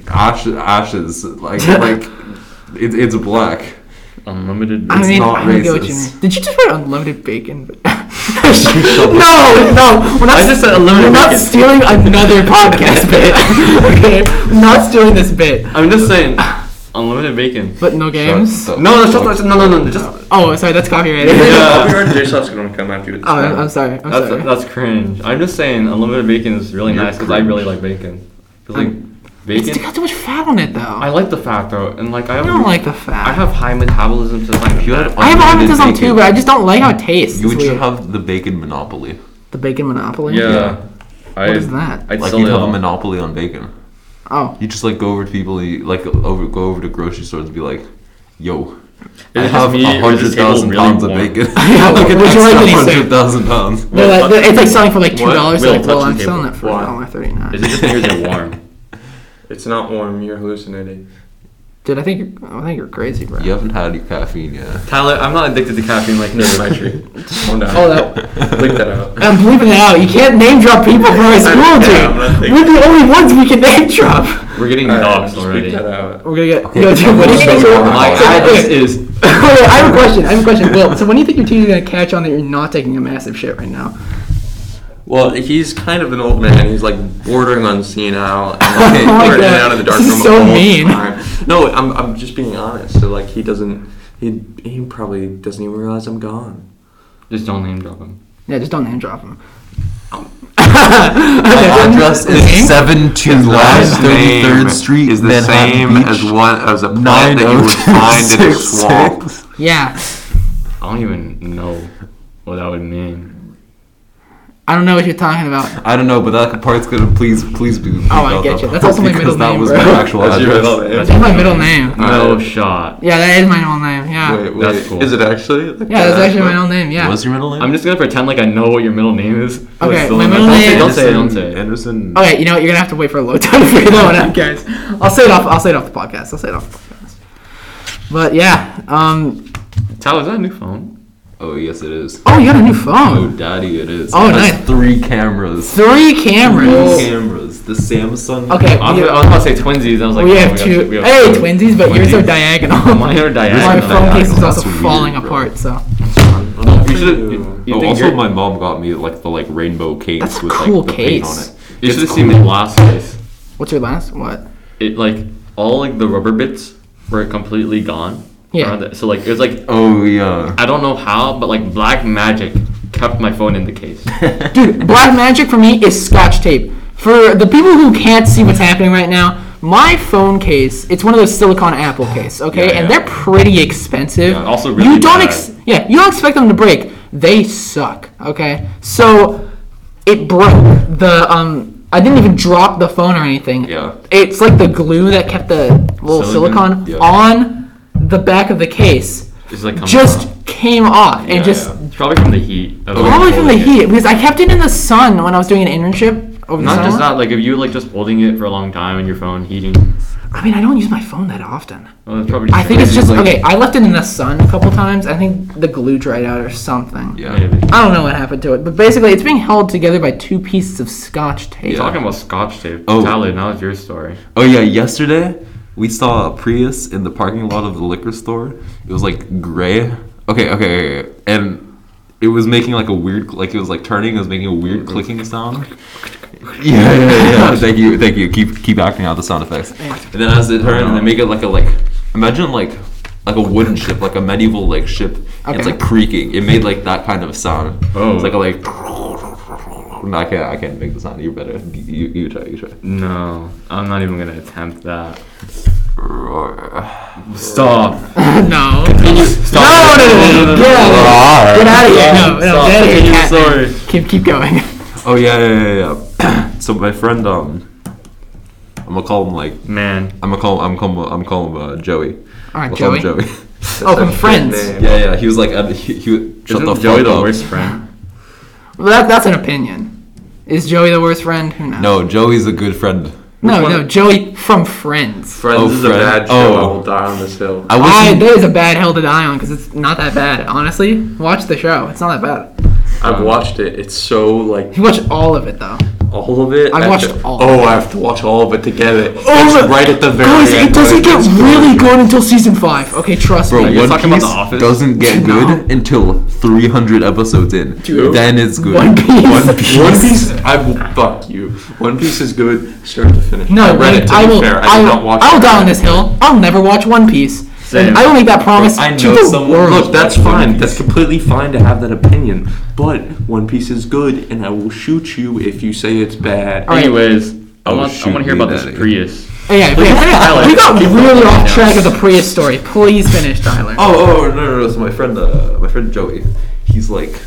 Speaker 2: ash, ashes. Like like it, it's black.
Speaker 3: unlimited
Speaker 1: I
Speaker 2: It's
Speaker 1: mean,
Speaker 2: not
Speaker 1: I don't get what you
Speaker 2: racist.
Speaker 1: mean. Did you just write unlimited bacon? no, no, we're not.
Speaker 3: I just said
Speaker 1: We're
Speaker 3: unlimited
Speaker 1: not
Speaker 3: bacon.
Speaker 1: stealing another podcast bit. okay, we're not stealing this bit.
Speaker 3: i'm just saying unlimited bacon
Speaker 1: But no games.
Speaker 2: Shut the
Speaker 3: no that's
Speaker 2: fuck
Speaker 3: just that's, no no no just
Speaker 1: Oh, sorry, that's copyrighted.
Speaker 3: Yeah.
Speaker 4: yourself's gonna come after you.
Speaker 1: Oh, I'm, I'm sorry. I'm
Speaker 3: that's
Speaker 1: sorry.
Speaker 3: that's cringe i'm just saying unlimited bacon is really
Speaker 2: You're
Speaker 3: nice because i really
Speaker 2: cringe.
Speaker 3: like bacon 'Cause, like
Speaker 1: it's
Speaker 3: bacon
Speaker 1: got too much fat on it though.
Speaker 3: i
Speaker 1: I,
Speaker 3: like the fat though and like i have
Speaker 1: don't like the fat.
Speaker 3: i have high metabolism so it's like
Speaker 2: You had
Speaker 1: I have
Speaker 2: unlimited
Speaker 1: autism
Speaker 2: bacon.
Speaker 1: too, but I just don't like how it tastes.
Speaker 2: you
Speaker 1: It's
Speaker 2: would just
Speaker 1: weird.
Speaker 2: have the bacon monopoly.
Speaker 1: the bacon monopoly.
Speaker 3: yeah I,
Speaker 1: What is that?
Speaker 3: I'd
Speaker 2: Like
Speaker 3: still
Speaker 2: you'd have a
Speaker 3: don't.
Speaker 2: monopoly on bacon.
Speaker 1: Oh,
Speaker 2: You just like go over to people, and you, like over go over to grocery stores and be like, "Yo, I
Speaker 3: it just
Speaker 2: have
Speaker 3: me, or
Speaker 2: a
Speaker 3: is
Speaker 2: hundred
Speaker 3: this table
Speaker 2: thousand
Speaker 3: really
Speaker 2: pounds of
Speaker 3: warm?
Speaker 2: bacon.
Speaker 1: Yeah,
Speaker 2: Look at
Speaker 1: would you like
Speaker 2: that
Speaker 1: any
Speaker 2: hundred
Speaker 1: soup?
Speaker 2: thousand pounds.
Speaker 1: They're like- they're- it's like selling for like two
Speaker 4: What?
Speaker 1: dollars.
Speaker 3: Will,
Speaker 1: Like, well,
Speaker 3: touch
Speaker 1: I'm
Speaker 3: the
Speaker 1: selling
Speaker 3: table.
Speaker 1: that for
Speaker 4: Why?
Speaker 1: $1.39.
Speaker 3: Is it just because you're warm?
Speaker 4: It's not warm. You're hallucinating.
Speaker 1: Dude, I think you're, I think you're crazy, bro.
Speaker 2: You haven't had your caffeine yet.
Speaker 3: Tyler, I'm not addicted to caffeine like
Speaker 4: No,
Speaker 3: no,
Speaker 4: my tree. Calm down.
Speaker 1: Hold up.
Speaker 4: Bleep that out.
Speaker 1: I'm bleeping it out. You can't name drop people from our school, dude.
Speaker 4: Yeah, I'm not thinking.
Speaker 1: We're the only ones we can name drop.
Speaker 3: We're getting
Speaker 4: Alright,
Speaker 3: doxxed
Speaker 4: just bleep
Speaker 3: already.
Speaker 4: that out.
Speaker 1: We're gonna get.
Speaker 2: Okay,
Speaker 1: Yo, dude, what do you
Speaker 2: so
Speaker 1: think? your-
Speaker 2: my
Speaker 1: so,
Speaker 2: address
Speaker 1: okay.
Speaker 3: is
Speaker 1: Wait, I have a question. I have a question. Will, so when do you think your teacher's gonna catch on that you're not taking a massive shit right now?
Speaker 4: Well, he's kind of an old man. He's like bordering on senile. And
Speaker 1: Oh
Speaker 4: like,
Speaker 1: my
Speaker 4: we're in and
Speaker 1: God.
Speaker 4: out of the dark
Speaker 1: This is
Speaker 4: room
Speaker 1: so
Speaker 4: all the
Speaker 1: mean.
Speaker 4: time. No, I'm, I'm just being honest. So like he doesn't. He he probably doesn't even realize I'm gone.
Speaker 3: just don't name drop him.
Speaker 1: Yeah, just don't name drop him.
Speaker 2: My address
Speaker 1: Name?
Speaker 2: is seven two last thirty third Street,
Speaker 4: is the
Speaker 2: Manhattan
Speaker 4: same
Speaker 2: Beach,
Speaker 4: as one as a plant
Speaker 2: nine
Speaker 4: that you
Speaker 2: oh
Speaker 4: would find
Speaker 2: two
Speaker 4: in a
Speaker 2: six
Speaker 4: swamp.
Speaker 2: oh six.
Speaker 1: Yeah.
Speaker 3: I don't even know what that would mean.
Speaker 1: I don't know what you're talking about.
Speaker 2: I don't know, but that part's gonna please, please be.
Speaker 1: Oh, I
Speaker 2: bleeped out,
Speaker 1: get you.
Speaker 2: though,
Speaker 1: That's also my middle
Speaker 2: because that
Speaker 1: name,
Speaker 2: was
Speaker 1: bro.
Speaker 2: my actual
Speaker 4: That's your
Speaker 2: address.
Speaker 4: middle name.
Speaker 1: That's my middle name.
Speaker 3: No
Speaker 4: Alright.
Speaker 3: shot.
Speaker 1: Yeah, that is my middle name. Yeah.
Speaker 4: Wait, wait.
Speaker 3: That's cool.
Speaker 4: Is it actually? Look
Speaker 1: Yeah, that's
Speaker 4: that
Speaker 1: actually
Speaker 4: up.
Speaker 1: my middle name. Yeah.
Speaker 2: What's your middle name?
Speaker 3: I'm just gonna pretend like I know what your middle name is.
Speaker 1: Okay,
Speaker 3: It's still
Speaker 1: my
Speaker 3: in
Speaker 1: middle
Speaker 3: don't Say,
Speaker 1: name-
Speaker 3: don't say it. Don't say it.
Speaker 2: Anderson.
Speaker 1: Okay, you know what? You're gonna have to wait for a low time to figure that one out, guys. I'll say it off. I'll say it off the podcast. I'll say it off the podcast. But yeah. Um.
Speaker 3: Tyler, is that a new phone?
Speaker 2: Oh yes, it is.
Speaker 1: Oh, you got a new
Speaker 2: Oh,
Speaker 1: phone.
Speaker 2: daddy, it is.
Speaker 1: Oh,
Speaker 2: It has
Speaker 1: nice.
Speaker 2: Three cameras.
Speaker 1: Three cameras.
Speaker 3: Oh.
Speaker 2: Three cameras. The Samsung.
Speaker 1: Okay.
Speaker 3: I was,
Speaker 1: Yeah.
Speaker 3: I was about to say twinsies. I was like,
Speaker 1: we
Speaker 3: oh,
Speaker 1: have
Speaker 3: we got-
Speaker 1: two.
Speaker 3: we have
Speaker 1: hey,
Speaker 3: two.
Speaker 1: twinsies, but you're so
Speaker 3: Twinsies.
Speaker 1: diagonal.
Speaker 3: Mine are
Speaker 1: My
Speaker 3: diagonal.
Speaker 1: phone case is
Speaker 2: Diagonal,
Speaker 1: also
Speaker 2: that's
Speaker 1: falling
Speaker 2: weird, bro.
Speaker 1: apart, so
Speaker 3: You should. You, you
Speaker 2: oh,
Speaker 3: think
Speaker 2: also,
Speaker 3: you're-
Speaker 2: my mom got me like the like rainbow case
Speaker 1: That's a
Speaker 2: with
Speaker 1: cool
Speaker 2: like the paint on
Speaker 1: case.
Speaker 2: it.
Speaker 3: you
Speaker 2: It's
Speaker 3: should have seen the last case.
Speaker 1: what's your last? What?
Speaker 3: It like all like the rubber bits were completely gone.
Speaker 1: Yeah.
Speaker 3: around it. So like it was like
Speaker 2: Oh yeah.
Speaker 3: I don't know how, but like black magic kept my phone in the case.
Speaker 1: Dude, black magic for me is scotch tape. For the people who can't see what's happening right now, my phone case, it's one of those silicone Apple case, okay?
Speaker 2: Yeah,
Speaker 1: And
Speaker 2: yeah.
Speaker 1: they're pretty expensive.
Speaker 2: Yeah,
Speaker 3: also
Speaker 1: you
Speaker 3: really
Speaker 1: don't
Speaker 3: bad.
Speaker 1: ex- yeah, you don't expect them to break. They suck, okay? So it broke the um I didn't even drop the phone or anything.
Speaker 2: Yeah.
Speaker 1: It's like the glue that kept the little silicone,
Speaker 3: Silicone?
Speaker 2: Yeah.
Speaker 1: on the back of the case.
Speaker 3: It's like coming
Speaker 1: Just
Speaker 3: from-
Speaker 1: came off and
Speaker 2: Yeah,
Speaker 1: just
Speaker 2: yeah.
Speaker 3: It's probably from the heat. Of like,
Speaker 1: Probably from the
Speaker 3: holding it.
Speaker 1: heat because I kept it in the sun when I was doing an internship over the
Speaker 3: Not
Speaker 1: summer.
Speaker 3: just that, like if you like just holding it for a long time and your phone heating.
Speaker 1: I mean, I don't use my phone that often.
Speaker 3: Well, it's probably.
Speaker 1: I think it's
Speaker 2: it's
Speaker 1: just
Speaker 2: like-
Speaker 1: okay. I left it in the sun a couple times. I think the glue dried out or something.
Speaker 2: Yeah.
Speaker 3: Maybe.
Speaker 1: I don't know what happened to it, but basically, it's being held together by two pieces of scotch tape.
Speaker 3: Talking about scotch tape.
Speaker 2: Oh.
Speaker 3: Tyler, now it's your story.
Speaker 2: Oh yeah, yesterday we saw a Prius in the parking lot of the liquor store. It was like gray. Okay, okay, okay, okay. and it was making like a weird, like it was like turning. It was making a weird clicking sound. Yeah, yeah, yeah. thank you, thank you. Keep keep acting out the sound effects. And then as it turns, and they make it like a like. Imagine like like a wooden ship, like a medieval like ship. and It's
Speaker 1: Okay.
Speaker 2: like creaking. It made like that kind of sound.
Speaker 3: Oh.
Speaker 2: It's like a like. No, I can't. I can't make the sound. You better. You, you try. You try.
Speaker 3: No, I'm not even gonna attempt that. Stop.
Speaker 1: no.
Speaker 3: Stop.
Speaker 1: No, no, no, no, no, no, no, no, no, no, no, no, no, no, no, no, Get out of here! No, no,
Speaker 3: Stop.
Speaker 1: get out of here,
Speaker 3: Continue,
Speaker 1: Catman.
Speaker 3: sorry.
Speaker 1: Keep keep going.
Speaker 2: Oh yeah, yeah, yeah, yeah. so my friend, um, I'm gonna call him like
Speaker 3: Man,
Speaker 2: I'm gonna call him I'm calling I'm calling him uh, Joey.
Speaker 1: All right,
Speaker 2: We'll call him
Speaker 1: Joey.
Speaker 2: Joey.
Speaker 1: Oh, from
Speaker 4: That's a
Speaker 1: Friends.
Speaker 4: good name.
Speaker 2: yeah, yeah. He was like uh, he, he shut
Speaker 3: isn't
Speaker 2: the
Speaker 3: Joey
Speaker 2: fuck
Speaker 3: the
Speaker 2: up.
Speaker 3: worst friend?
Speaker 1: Well, that, that's an opinion. Is Joey the worst friend? Who knows?
Speaker 2: No, Joey's a good friend.
Speaker 1: no,
Speaker 4: one-
Speaker 1: no. Joey from Friends.
Speaker 4: Friends
Speaker 2: Oh,
Speaker 4: is a
Speaker 2: Friends.
Speaker 4: bad show. I
Speaker 2: Oh.
Speaker 4: will die on this hill.
Speaker 2: I
Speaker 1: I,
Speaker 2: wish.
Speaker 1: that is a bad hell to die on because it's not that bad. Honestly, watch the show. It's not that bad.
Speaker 4: I've watched it. It's so like
Speaker 1: You watch all of it though.
Speaker 4: all of it.
Speaker 1: I've
Speaker 4: have
Speaker 1: watched
Speaker 4: to-
Speaker 1: all of
Speaker 4: Oh, I have to watch all of it to get it.
Speaker 1: Oh, my-
Speaker 4: it's right at the very
Speaker 1: Guys,
Speaker 4: end.
Speaker 1: it doesn't
Speaker 4: right?
Speaker 1: get
Speaker 4: It's
Speaker 1: really
Speaker 4: crazy.
Speaker 1: good until season five. Okay, trust
Speaker 2: Bro,
Speaker 1: me.
Speaker 3: you're
Speaker 2: One
Speaker 3: talking about The
Speaker 2: Piece
Speaker 3: Office?
Speaker 2: doesn't get good until 300 episodes in.
Speaker 4: Dude.
Speaker 2: Then it's good.
Speaker 1: One Piece.
Speaker 2: One Piece.
Speaker 4: One Piece, I will fuck you. One Piece is good, start to finish.
Speaker 1: No,
Speaker 4: I read it. To
Speaker 1: I
Speaker 4: be
Speaker 1: will.
Speaker 4: fair, I
Speaker 1: I
Speaker 4: did
Speaker 1: will.
Speaker 4: not watch.
Speaker 1: I will
Speaker 4: it.
Speaker 1: die on this hill. I'll never watch One Piece.
Speaker 3: Same.
Speaker 1: And I will make that promise
Speaker 2: I
Speaker 1: to
Speaker 2: know
Speaker 1: the
Speaker 2: someone-
Speaker 1: world.
Speaker 4: Look, that's
Speaker 2: One
Speaker 4: fine.
Speaker 2: Piece.
Speaker 4: That's completely fine to have that opinion. But One Piece is good, and I will shoot you if you say it's bad.
Speaker 1: Alright.
Speaker 3: Anyways, I
Speaker 2: Oh,
Speaker 3: want I
Speaker 2: shoot,
Speaker 3: want to hear
Speaker 2: leave
Speaker 3: about
Speaker 2: that
Speaker 3: this
Speaker 2: in.
Speaker 3: Prius.
Speaker 1: Hey, yeah, we-
Speaker 3: Tyler,
Speaker 1: we got
Speaker 3: keep
Speaker 1: really
Speaker 3: going
Speaker 1: off
Speaker 3: now.
Speaker 1: track of the Prius story. Please finish, Tyler.
Speaker 2: Oh, oh no, no, no! So my friend, uh, my friend Joey, he's like,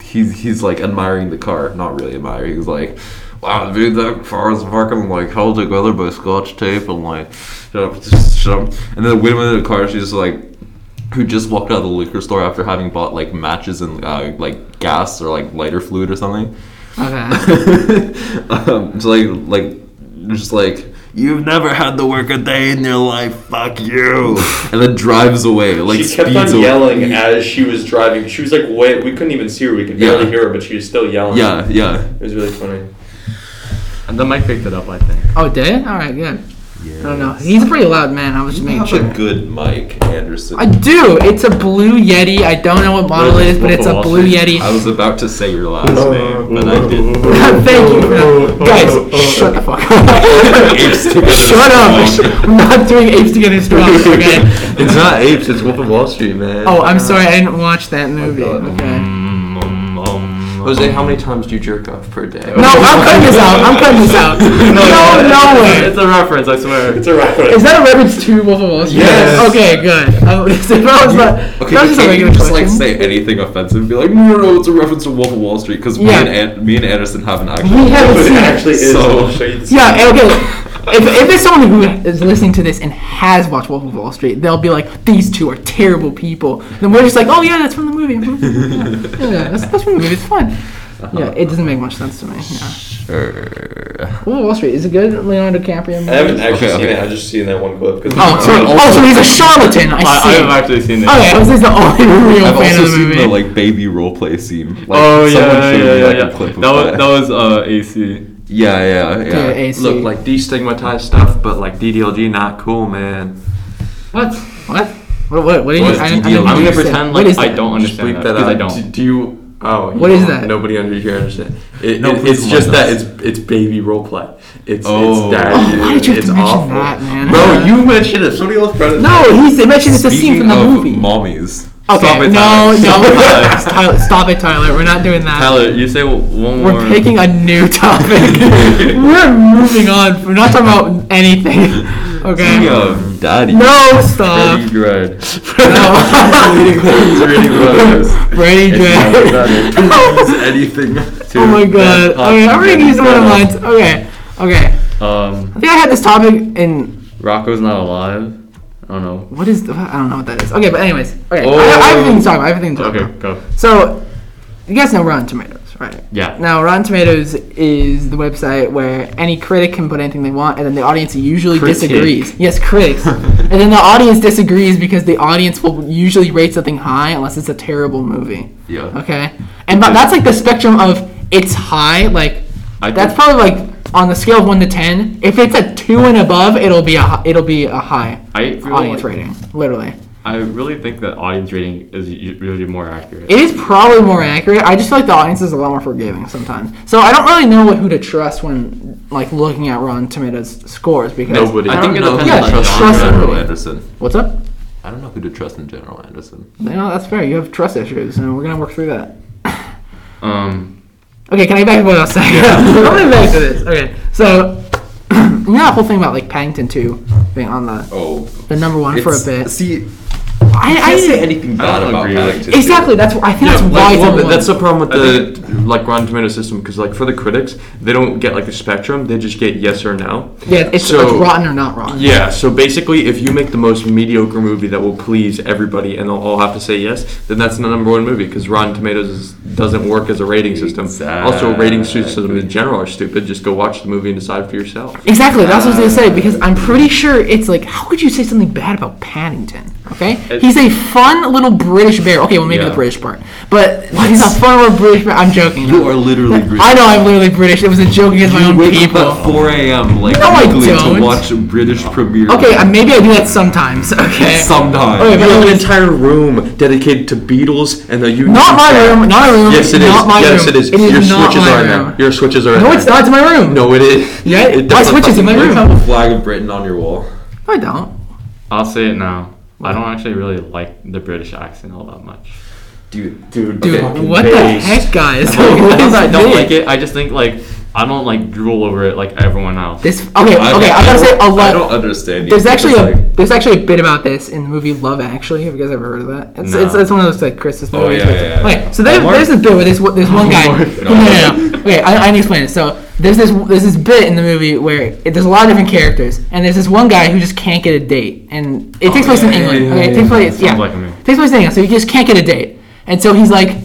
Speaker 2: he's he's like admiring the car. Not really admiring. He's like, wow, dude, that car is fucking like held together by scotch tape and like, shut up, just shut up. And then the woman in the car, she's like, who just walked out of the liquor store after having bought like matches and uh, like gas or like lighter fluid or something
Speaker 1: Okay.
Speaker 2: um, it's like like just like you've never had to work a day in your life. Fuck you! and then drives away. Like
Speaker 5: she kept
Speaker 2: speeds
Speaker 5: on
Speaker 2: away.
Speaker 5: yelling as she was driving. She was like, "Wait, we couldn't even see her. We could barely
Speaker 2: Yeah.
Speaker 5: hear her, but she was still yelling."
Speaker 2: Yeah, yeah.
Speaker 5: it was really funny.
Speaker 3: The mic picked it up, I think.
Speaker 1: Oh, it did? All right, good. I don't know. He's a pretty loud man. I was just making
Speaker 2: That's
Speaker 1: sure.
Speaker 2: a good Mike Anderson.
Speaker 1: I
Speaker 2: I,
Speaker 1: do. It's a blue Yeti. I don't know what model it is, but it's a blue Yeti.
Speaker 2: was about to say your last name, but I didn't.
Speaker 1: Thank
Speaker 2: Oh,
Speaker 1: you. for that. Guys, shut the fuck up.
Speaker 2: Apes Together
Speaker 1: shut up. I'm not doing apes together strong. Okay.
Speaker 4: it's not apes.
Speaker 2: Oh,
Speaker 4: It's Wolf of Wall Street, man.
Speaker 1: Oh, I'm sorry. I didn't watch that movie.
Speaker 2: God.
Speaker 1: Okay.
Speaker 3: Mm, um, um,
Speaker 4: Jose, how many times do you jerk off per day?
Speaker 1: No, I'm cutting this out. I'm cutting this out. No, no way.
Speaker 3: It's a reference, I swear.
Speaker 5: It's a reference.
Speaker 1: Is that a reference to Wolf of Wall Street?
Speaker 2: Yes.
Speaker 1: Okay, good. I was, that was not,
Speaker 2: Okay,
Speaker 1: that was
Speaker 2: but
Speaker 1: just a
Speaker 2: can't you
Speaker 1: regular
Speaker 2: just like
Speaker 1: question.
Speaker 2: say anything offensive? Be like, no, no, no, it's a reference to Wolf of Wall Street because
Speaker 1: Yeah.
Speaker 2: me and An- me and Anderson haven't actually.
Speaker 1: We haven't
Speaker 5: But it
Speaker 1: seen it.
Speaker 5: actually is.
Speaker 2: So-
Speaker 5: I'll show you the
Speaker 1: Yeah,
Speaker 5: screen.
Speaker 1: and okay. If, if there's someone who is listening to this and has watched Wolf of Wall Street, they'll be like, "These two are terrible people." Then we're just like, "Oh yeah, that's from the movie. Yeah, yeah, that's, that's from the movie. It's fun." Yeah, it doesn't make much sense to me. Yeah.
Speaker 2: Er, Sure.
Speaker 1: Wolf of Wall Street is it good? Leonardo DiCaprio.
Speaker 4: Uh,
Speaker 5: I haven't actually
Speaker 2: Okay,
Speaker 5: seen
Speaker 2: okay.
Speaker 5: it. I've just seen that one clip. 'cause-
Speaker 1: Oh, so, oh, so he's a charlatan. I
Speaker 3: I, I
Speaker 1: see. Oh,
Speaker 3: have actually seen that.
Speaker 1: okay, I was just the only real
Speaker 2: I've
Speaker 1: fan
Speaker 2: also
Speaker 1: of the
Speaker 2: seen
Speaker 1: movie.
Speaker 2: the like baby role play scene. Like,
Speaker 3: oh
Speaker 2: someone
Speaker 3: yeah,
Speaker 2: showed
Speaker 3: yeah,
Speaker 2: me,
Speaker 3: yeah,
Speaker 2: like, a
Speaker 3: yeah.
Speaker 2: clip of
Speaker 3: That was
Speaker 2: that.
Speaker 3: that was uh, AC.
Speaker 2: yeah, yeah, yeah.
Speaker 1: Yeah, AC.
Speaker 4: Look, like destigmatize stuff, but like DDLG, not cool, man.
Speaker 1: what? What? What? What? What? do you,
Speaker 2: What is
Speaker 1: I, didn't- I
Speaker 2: DDLG?
Speaker 1: didn't
Speaker 3: I'm gonna
Speaker 1: understand.
Speaker 3: pretend
Speaker 1: What
Speaker 3: like
Speaker 1: is
Speaker 3: I
Speaker 1: that?
Speaker 3: don't understand
Speaker 4: Bleep
Speaker 3: that because
Speaker 4: out.
Speaker 3: I don't.
Speaker 4: Do, do you? Oh,
Speaker 1: What
Speaker 4: you
Speaker 1: is
Speaker 4: don't-
Speaker 1: that?
Speaker 4: Nobody under here understands. It,
Speaker 2: No,
Speaker 4: it-
Speaker 2: please
Speaker 4: it's just
Speaker 2: enlighten
Speaker 4: that
Speaker 2: us.
Speaker 4: it's it's baby role play. It's
Speaker 2: Oh.
Speaker 4: it's that.
Speaker 2: Oh,
Speaker 1: why did you have to
Speaker 4: it's
Speaker 1: mention
Speaker 4: awful.
Speaker 1: that, man? Uh-huh.
Speaker 4: Bro, you mentioned it. Somebody else brought it.
Speaker 1: No, he's they mentioned it's a scene
Speaker 2: Speaking
Speaker 1: from the
Speaker 2: of
Speaker 1: movie.
Speaker 2: mommies.
Speaker 1: Okay,
Speaker 4: Stop it,
Speaker 1: no,
Speaker 4: Tyler.
Speaker 1: no,
Speaker 4: Stop it,
Speaker 1: Tyler.
Speaker 4: Tyler.
Speaker 1: Tyler, stop it, Tyler. We're not doing that.
Speaker 3: Tyler, you say one more.
Speaker 1: We're picking a new topic. We're moving on. We're not talking about anything. Okay.
Speaker 2: Speaking of daddy.
Speaker 1: No, stop.
Speaker 3: Dirty Dread.
Speaker 1: No.
Speaker 2: Brady Brothers.
Speaker 1: Brady
Speaker 2: It's
Speaker 1: Dread.
Speaker 2: not about anything.
Speaker 1: Oh my god. Okay, I'm gonna use one of mine. Okay. Okay. I
Speaker 3: Um,
Speaker 1: think I had this topic in
Speaker 3: Rocco's not alive. I don't know.
Speaker 1: what is the, I don't know what that is. Okay, but anyways. Okay.
Speaker 3: Oh.
Speaker 1: I, I have a thing to talk about. I have a thing to talk
Speaker 3: Okay,
Speaker 1: about.
Speaker 3: go.
Speaker 1: So you guys know Rotten Tomatoes, right?
Speaker 3: Yeah.
Speaker 1: Now, Rotten Tomatoes is the website where any critic can put anything they want, and then the audience usually
Speaker 3: Critic.
Speaker 1: disagrees. Yes, critics. and then the audience disagrees because the audience will usually rate something high unless it's a terrible movie.
Speaker 2: Yeah.
Speaker 1: Okay. And but that's like the spectrum of it's high. Like
Speaker 3: I
Speaker 1: that's
Speaker 3: think-
Speaker 1: probably like on the scale of one to ten. If it's a two and above, it'll be a hi- it'll be a high
Speaker 3: I feel
Speaker 1: audience
Speaker 3: like-
Speaker 1: rating. Literally.
Speaker 3: I really think that audience rating is u- usually more accurate.
Speaker 1: It is probably more accurate. I just feel like the audience is a lot more forgiving sometimes. So I don't really know what, who to trust when like looking at Rotten Tomatoes scores because
Speaker 4: Nobody.
Speaker 3: I
Speaker 2: I
Speaker 3: think
Speaker 2: don't
Speaker 3: it
Speaker 2: know who
Speaker 1: depends
Speaker 2: to
Speaker 1: on
Speaker 2: trust
Speaker 1: genre.
Speaker 2: in General Anderson.
Speaker 1: what's up?
Speaker 2: I don't know who to trust in General Anderson.
Speaker 1: You know, that's fair. You have trust issues, and we're gonna work through that.
Speaker 3: Um,
Speaker 1: Okay, can I get back to what I was saying? I'm going back to this. Okay, so you know that whole thing about like Paddington Two being on the
Speaker 2: Oh,
Speaker 1: the number one for a bit.
Speaker 2: See,
Speaker 1: I, I,
Speaker 2: can't say anything
Speaker 3: I
Speaker 2: bad
Speaker 3: don't
Speaker 2: about
Speaker 3: agree with
Speaker 2: Paddington.
Speaker 1: Exactly. That's wh- I think that's why
Speaker 4: like,
Speaker 1: it's
Speaker 4: well,
Speaker 1: number
Speaker 4: but
Speaker 1: one.
Speaker 4: that's the problem with the like Rotten Tomato system because like for the critics they don't get like a spectrum they just get yes or no
Speaker 1: yeah, it's
Speaker 4: so-
Speaker 1: like rotten or not rotten.
Speaker 4: yeah so basically if you make the most mediocre movie that will please everybody and they'll all have to say yes then that's the number one movie because Rotten Tomatoes is, doesn't work as a rating system also rating system in
Speaker 2: Exactly.
Speaker 4: general are stupid just go watch the movie and decide for yourself
Speaker 1: Exactly, that's what I was gonna say because I'm pretty sure it's like, how could you say something bad about Paddington? Okay,
Speaker 3: It-
Speaker 1: he's a fun little British bear. Okay, well maybe the
Speaker 2: Yeah.
Speaker 1: British part, but he's a fun little British bear. I'm joking.
Speaker 2: You are literally British.
Speaker 1: I know I'm literally British. It was a joke against my
Speaker 2: You
Speaker 1: own
Speaker 2: wake
Speaker 1: people.
Speaker 2: up at 4 a.m. like
Speaker 1: No, I
Speaker 2: weekly
Speaker 1: don't.
Speaker 2: to watch British premiere.
Speaker 1: Okay, uh, maybe I do that sometimes. Okay,
Speaker 2: Sometimes.
Speaker 1: Okay,
Speaker 4: you have an
Speaker 1: but
Speaker 4: entire room dedicated to Beatles and the you
Speaker 1: not my room. Not my room.
Speaker 4: yes it is
Speaker 1: Not my
Speaker 4: yes
Speaker 1: room.
Speaker 4: it is
Speaker 1: It is
Speaker 4: your
Speaker 1: not
Speaker 4: switches
Speaker 1: my
Speaker 4: are in
Speaker 1: room.
Speaker 4: there your switches are in
Speaker 1: No,
Speaker 4: there
Speaker 1: it's not. It's my room.
Speaker 4: No, it is.
Speaker 1: Yeah,
Speaker 4: It
Speaker 1: my
Speaker 4: does-
Speaker 1: switch is in my
Speaker 2: You
Speaker 1: room.
Speaker 2: have
Speaker 1: No,
Speaker 2: a flag of Britain on your wall.
Speaker 1: I don't.
Speaker 3: I'll say it now. I don't actually really like the British accent all that much.
Speaker 2: Dude,
Speaker 4: Dude,
Speaker 1: Dude,
Speaker 4: fucking
Speaker 1: what the
Speaker 4: based.
Speaker 1: heck, guys?
Speaker 3: Not
Speaker 1: What is
Speaker 3: that I don't
Speaker 1: this?
Speaker 3: like it. I just think like I don't like drool over it like everyone else.
Speaker 1: This okay,
Speaker 2: I-
Speaker 1: okay. I'm gonna say a
Speaker 2: I
Speaker 1: lot.
Speaker 2: don't understand. you.
Speaker 1: There's actually
Speaker 2: It's
Speaker 1: a
Speaker 2: like-
Speaker 1: there's actually a bit about this in the movie Love Actually. Have you guys ever heard of that? It's it's,
Speaker 3: No.
Speaker 1: it's one of those like Christmas
Speaker 2: Oh,
Speaker 1: movies.
Speaker 2: yeah, yeah, yeah.
Speaker 1: Okay, so there,
Speaker 2: Homework?
Speaker 1: there's this bit where this there's one guy. No, no, no. Okay, I, I need to explain it. So there's this there's this bit in the movie where it, there's a lot of different characters, and there's this one guy who just can't get a date, and it takes place in
Speaker 2: Oh, yeah,
Speaker 1: England.
Speaker 2: yeah,
Speaker 1: okay, it
Speaker 2: yeah,
Speaker 1: takes place
Speaker 3: yeah.
Speaker 1: yeah,
Speaker 3: Sounds like a movie.
Speaker 1: takes place in England, so he just can't get a date, and so he's like.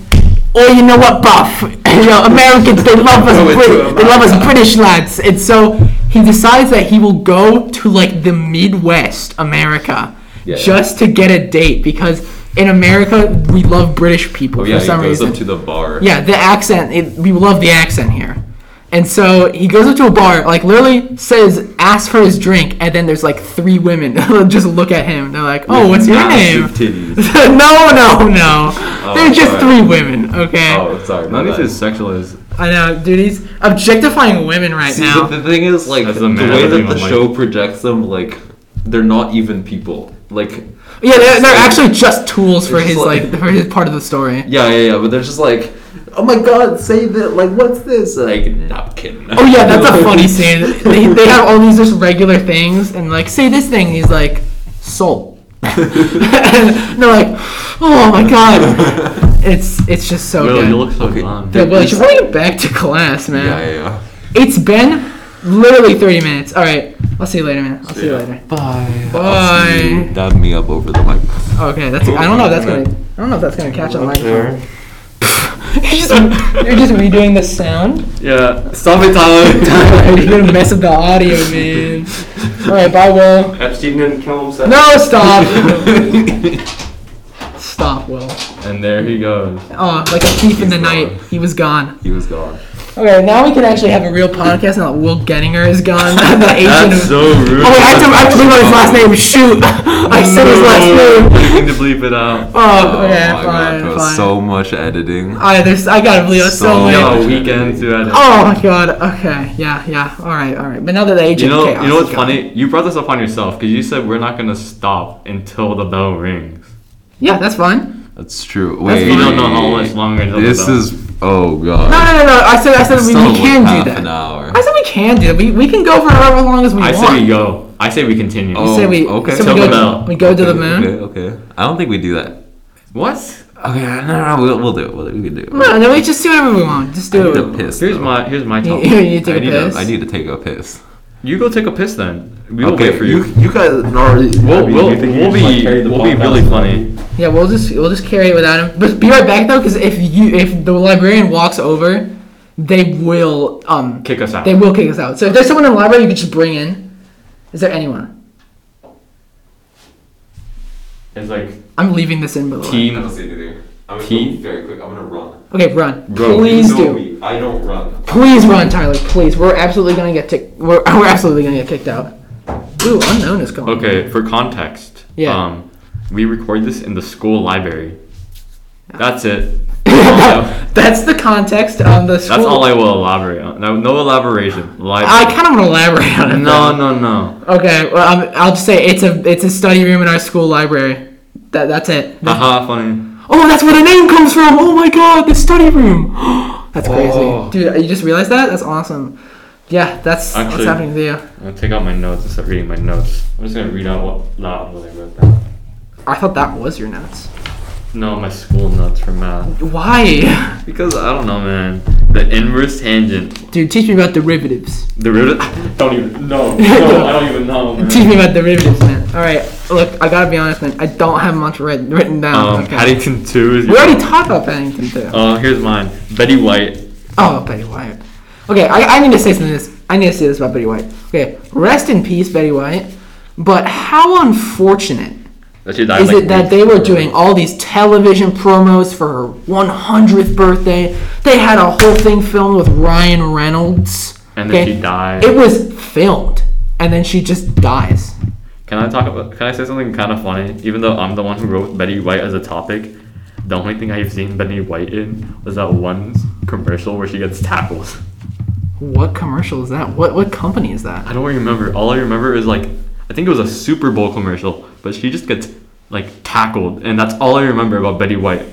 Speaker 1: Oh, you know what, Buff? you know, Americans, they love us.
Speaker 2: Go into
Speaker 1: Brit- they love us
Speaker 2: America.
Speaker 1: British lads. And so he decides that he will go to like the Midwest America
Speaker 2: Yeah.
Speaker 1: just to get a date because in America we love British people
Speaker 2: Oh, yeah,
Speaker 1: for
Speaker 2: he
Speaker 1: some
Speaker 2: goes
Speaker 1: reason.
Speaker 2: up to the bar.
Speaker 1: yeah, the accent. It, we love the accent here. And so he goes up to a bar, like literally says, "Ask for his drink," and then there's like three women just look at him. They're like, "Oh, what's your name?"
Speaker 2: Massive titties.
Speaker 1: no, no, no. They're just
Speaker 2: Oh, sorry.
Speaker 1: three women. Okay.
Speaker 2: Oh, sorry. my
Speaker 3: None of
Speaker 2: bad.
Speaker 3: this is sexual as
Speaker 1: I know, dude. He's objectifying women right
Speaker 2: See,
Speaker 1: now.
Speaker 2: but the thing is, like,
Speaker 3: As a
Speaker 2: the
Speaker 3: man,
Speaker 2: way
Speaker 3: I
Speaker 2: that
Speaker 3: don't
Speaker 2: the
Speaker 3: like-
Speaker 2: show projects them, like, they're not even people. Like,
Speaker 1: Yeah, they're, they're
Speaker 2: It's like-
Speaker 1: actually just tools for
Speaker 2: it's
Speaker 1: his
Speaker 2: like-
Speaker 1: like for his part of the story.
Speaker 2: yeah, yeah, yeah, but they're just like, oh my god, say that. Like, what's this? Like, napkin.
Speaker 1: Oh yeah, that's a funny scene. They, they have all these just regular things and like say this thing. And he's like soul. and they're like, oh my god, it's it's just so
Speaker 3: Will,
Speaker 1: good.
Speaker 3: you look so
Speaker 2: Okay.
Speaker 3: gone.
Speaker 1: Dude, Will, you
Speaker 2: it's-
Speaker 1: should bring it back to class, man.
Speaker 2: Yeah, yeah, yeah.
Speaker 1: It's been literally 30 minutes. All right, I'll see you later, man. I'll see you
Speaker 5: Yeah.
Speaker 1: later.
Speaker 2: Bye.
Speaker 1: Bye.
Speaker 2: Dab me up over the mic.
Speaker 1: Okay, that's. I don't know. If that's gonna. I don't know if that's gonna catch on the microphone. You're just- You're just redoing the sound.
Speaker 3: Yeah, stop it, Tyler.
Speaker 1: You're gonna mess up the audio, man. All right, bye, Will.
Speaker 5: Epstein didn't kill himself.
Speaker 1: No, stop. stop, Will.
Speaker 3: and there he goes.
Speaker 1: Oh, like a thief in the night, he was gone.
Speaker 2: He was gone.
Speaker 1: Okay, now we can actually have a real podcast now that Will Gettinger is gone. the agent
Speaker 3: That's
Speaker 1: of-
Speaker 3: so rude.
Speaker 1: Oh, wait, I have to, I have to bleep out his last name. Shoot. I said his
Speaker 3: No,
Speaker 1: last name.
Speaker 3: You need to bleep it out.
Speaker 1: Oh, okay,
Speaker 2: my
Speaker 1: fine,
Speaker 2: God,
Speaker 1: fine.
Speaker 2: so much editing.
Speaker 1: I, there's, I gotta bleep out so,
Speaker 2: So-
Speaker 1: many.
Speaker 2: Yo.
Speaker 3: Yeah, weekend to edit.
Speaker 1: Oh my god. Okay. Yeah. Yeah. All right. All right. But now that the
Speaker 3: You
Speaker 1: agent.
Speaker 3: know,
Speaker 1: chaos
Speaker 3: you know
Speaker 1: is
Speaker 3: what's
Speaker 1: gone.
Speaker 3: funny? You brought this up on yourself because you said we're not gonna stop until the bell rings.
Speaker 1: Yeah, that's fine.
Speaker 2: That's true. Wait,
Speaker 3: You don't know how much longer. until the
Speaker 2: This
Speaker 3: bell-
Speaker 2: is. Oh god.
Speaker 1: No, no, no, no. I said, I said we,
Speaker 2: Still
Speaker 1: we can
Speaker 2: half
Speaker 1: do that.
Speaker 2: An hour.
Speaker 1: I said we can do that. We, we can go for however long as we
Speaker 3: I
Speaker 1: want.
Speaker 3: say we go. I say we continue.
Speaker 2: Oh.
Speaker 1: I say we.
Speaker 2: okay.
Speaker 1: So
Speaker 3: Till
Speaker 1: we
Speaker 3: the
Speaker 1: go.
Speaker 3: bell.
Speaker 1: We go to the
Speaker 2: Okay,
Speaker 1: moon.
Speaker 2: Okay, okay. I don't think we do that.
Speaker 3: What?
Speaker 2: Okay, no, no, we'll, we'll do it. We'll do it. We can do it.
Speaker 1: No, no. We just do whatever we want. Just do
Speaker 2: I
Speaker 1: it.
Speaker 2: need a piss.
Speaker 3: Here's
Speaker 2: though.
Speaker 3: my here's my
Speaker 1: You,
Speaker 3: topic.
Speaker 1: you need to
Speaker 2: I
Speaker 1: take a
Speaker 2: need,
Speaker 1: piss.
Speaker 2: A, I need to take a piss.
Speaker 3: You go take a piss then. We will wait for
Speaker 2: you.
Speaker 3: you.
Speaker 2: You guys already. I
Speaker 3: We'll,
Speaker 2: mean,
Speaker 3: we'll,
Speaker 2: you think you
Speaker 3: we'll
Speaker 2: just, like,
Speaker 3: be
Speaker 2: carry the
Speaker 3: we'll be
Speaker 2: podcast
Speaker 3: really
Speaker 2: along?
Speaker 3: funny.
Speaker 1: Yeah, we'll just we'll just carry it without him. But be right back though, because if you if the librarian walks over, they will um
Speaker 3: Kick us out.
Speaker 1: they will kick us out. So if there's someone in the library, you can just bring in. Is there anyone?
Speaker 3: It's like
Speaker 1: I'm leaving this in by the way.
Speaker 2: I don't
Speaker 3: team.
Speaker 2: see anything. I'm gonna
Speaker 3: Pee?
Speaker 2: go very quick. I'm gonna run.
Speaker 1: Okay, run.
Speaker 3: Bro,
Speaker 1: Please
Speaker 2: You know
Speaker 1: do.
Speaker 2: me. I don't run.
Speaker 1: Please run, Tyler. Please. We're absolutely gonna get tick. We're we're absolutely gonna get kicked out. Ooh, unknown is coming.
Speaker 3: Okay, for context.
Speaker 1: Yeah.
Speaker 3: Um, we record this in the school library. That's it.
Speaker 1: That's the context on the school.
Speaker 3: That's all I will elaborate on. No, no elaboration.
Speaker 1: I
Speaker 3: Library.
Speaker 1: kind of want to elaborate on it. though.
Speaker 3: No, no, no.
Speaker 1: Okay, well, um, I'll just say it's a it's a study room in our school library. That that's it.
Speaker 3: Haha, funny.
Speaker 1: Oh, that's where the name comes from. Oh my god, the study room. that's crazy,
Speaker 3: Oh.
Speaker 1: dude. You just realized that? That's awesome. Yeah, that's
Speaker 3: Actually-
Speaker 1: what's happening to you.
Speaker 3: I'm gonna take out my notes and start reading my notes. I'm just gonna read out what loud what I wrote down.
Speaker 1: I thought that was your notes.
Speaker 3: No, my school notes for math.
Speaker 1: Why,
Speaker 3: Because I don't know, man. The inverse tangent.
Speaker 1: dude? Teach me about derivatives.
Speaker 3: The root. don't even. No, no, I don't even know. Man.
Speaker 1: Teach me about derivatives, man. All right, look, I gotta be honest, man. I don't have much writ- written down.
Speaker 3: Um,
Speaker 1: okay.
Speaker 3: Paddington Two is.
Speaker 1: we already talked about Paddington too.
Speaker 3: Uh, here's mine. Betty White.
Speaker 1: Oh, Betty White. Okay, I, I need to say something. This I need to say this about Betty White. Okay, rest in peace, Betty White. But how unfortunate
Speaker 3: That she died.
Speaker 1: is
Speaker 3: like,
Speaker 1: it that they were doing all these television promos for her 100th birthday? They had a whole thing filmed with Ryan Reynolds.
Speaker 3: And then she died.
Speaker 1: It was filmed, and then she just dies.
Speaker 3: Can I talk about? Can I say something kind of funny? Even though I'm the one who wrote Betty White as a topic, the only thing I've seen Betty White in was that one commercial where she gets tackled.
Speaker 1: What commercial is that? What what company is that?
Speaker 3: I don't remember. All I remember is like, I think it was a Super Bowl commercial, but she just gets like tackled, and that's all I remember about Betty White.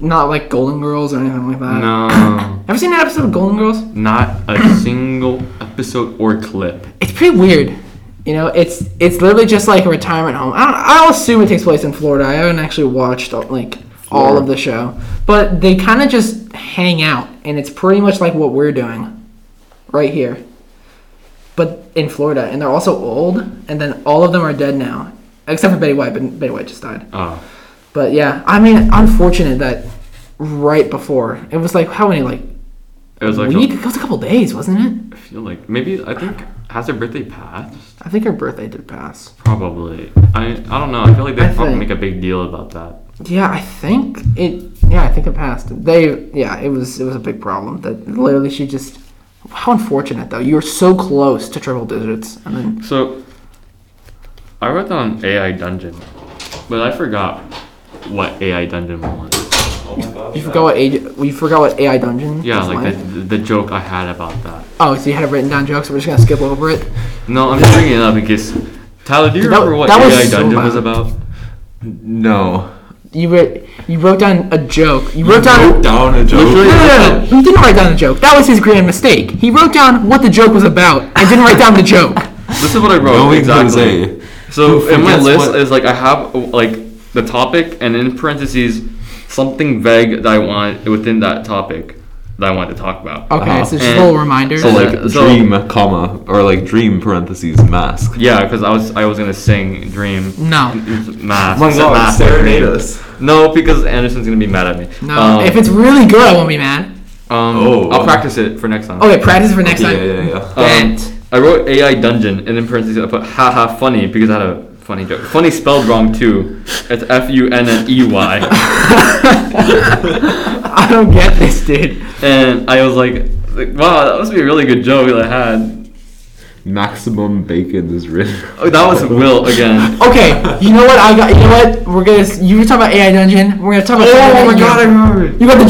Speaker 1: Not like Golden Girls or anything like that.
Speaker 3: No,
Speaker 1: Ever seen that episode of Golden Girls?
Speaker 3: not a single episode or clip.
Speaker 1: it's pretty weird. You know, it's it's literally just like a retirement home. I don't, I'll assume it takes place in Florida. I haven't actually watched like all of the show, but they kind of just hang out, and it's pretty much like what we're doing right here, but in Florida. And they're also old, and then all of them are dead now, except for Betty White. But Betty White just died.
Speaker 3: Oh,
Speaker 1: But yeah, I mean, unfortunate that right before it was like how many like
Speaker 3: it was like a-
Speaker 1: week? it was a couple days, wasn't it?
Speaker 3: I feel like maybe I think has her birthday passed?
Speaker 1: I think her birthday did pass.
Speaker 3: Probably. I I don't know. I feel like they
Speaker 1: I
Speaker 3: don't
Speaker 1: think-
Speaker 3: make a big deal about that.
Speaker 1: Yeah, I think it. Yeah, I think it passed. They. Yeah, it was. It was a big problem. That literally she just. How unfortunate though. You were so close to triple digits, and then
Speaker 3: So I wrote down AI dungeon, but I forgot what AI dungeon was.
Speaker 1: you forgot what age. We forgot what AI dungeon.
Speaker 3: Yeah,
Speaker 1: is
Speaker 3: like the, the joke I had about that.
Speaker 1: Oh, so you had it written down jokes. So we're just gonna skip over it.
Speaker 3: No, I'm just bringing it up in case. Tyler, do you
Speaker 1: That-
Speaker 3: remember what
Speaker 1: that was
Speaker 3: AI
Speaker 1: so
Speaker 3: dungeon
Speaker 1: bad.
Speaker 3: was about?
Speaker 2: No.
Speaker 1: You were. You wrote down a joke. You wrote down.
Speaker 2: Wrote down a joke.
Speaker 1: No, no, no, no. He didn't write down the joke. That was his grand mistake. He wrote down what the joke was about and didn't write down the joke.
Speaker 3: This is what I wrote
Speaker 2: Knowing
Speaker 3: Oh, exactly.
Speaker 2: Jose.
Speaker 3: So
Speaker 2: Who
Speaker 3: in my
Speaker 2: forgets
Speaker 3: list
Speaker 2: what-
Speaker 3: is like I have like the topic and in parentheses something vague that I want within that topic that I want to talk about.
Speaker 1: Okay, so just
Speaker 3: And-
Speaker 1: little reminders.
Speaker 2: So like
Speaker 3: Uh, so-
Speaker 2: dream, comma, or like dream parentheses mask.
Speaker 3: Yeah, because I was I was gonna sing Dream.
Speaker 1: No. Oh
Speaker 3: Mass.
Speaker 2: My God,
Speaker 3: mass
Speaker 2: serenade
Speaker 3: Dream.
Speaker 2: us.
Speaker 3: No, because Anderson's gonna be mad at me.
Speaker 1: no,
Speaker 2: um,
Speaker 1: if it's really good, I won't be mad.
Speaker 3: um,
Speaker 2: Oh.
Speaker 3: I'll practice it for next time.
Speaker 1: Okay, practice for next
Speaker 2: Yeah,
Speaker 1: time.
Speaker 2: yeah, yeah.
Speaker 3: Um,
Speaker 1: Bent.
Speaker 3: I wrote AI dungeon and in parentheses I put haha funny because I had a funny joke. Funny spelled wrong too. It's F U N N E Y.
Speaker 1: I don't get this, dude.
Speaker 3: And I was like, like, wow, that must be a really good joke that I had.
Speaker 2: Maximum bacon is written.
Speaker 3: Oh, that was Will again.
Speaker 1: Okay, you know what? I got. You know what? We're gonna. s- You were talking about AI Dungeon. We're gonna talk
Speaker 2: Oh
Speaker 1: about. AI Dungeon.
Speaker 2: remember it.
Speaker 1: You got the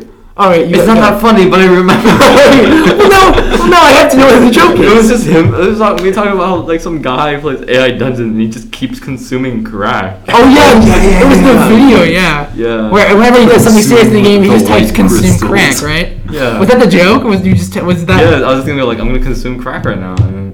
Speaker 1: joke? All right. You
Speaker 3: It's
Speaker 1: got
Speaker 3: not
Speaker 1: the
Speaker 3: that funny, but I
Speaker 1: joke.
Speaker 3: remember.
Speaker 1: well, no, no. I have to know what the joke
Speaker 3: It was
Speaker 1: is.
Speaker 3: just him. It was like, we talking about how like some guy plays AI dungeon and he just keeps consuming crack.
Speaker 1: Oh yeah, it was- it was the video. Yeah.
Speaker 3: Yeah.
Speaker 1: Where whenever he does something serious in the game, he
Speaker 2: The
Speaker 1: just types
Speaker 2: white
Speaker 1: "consume
Speaker 2: crystals.
Speaker 1: crack," right?
Speaker 3: Yeah.
Speaker 1: Was that the joke? Or was you just t- was that?
Speaker 3: Yeah, I was just gonna be like, I'm gonna consume crack right now. And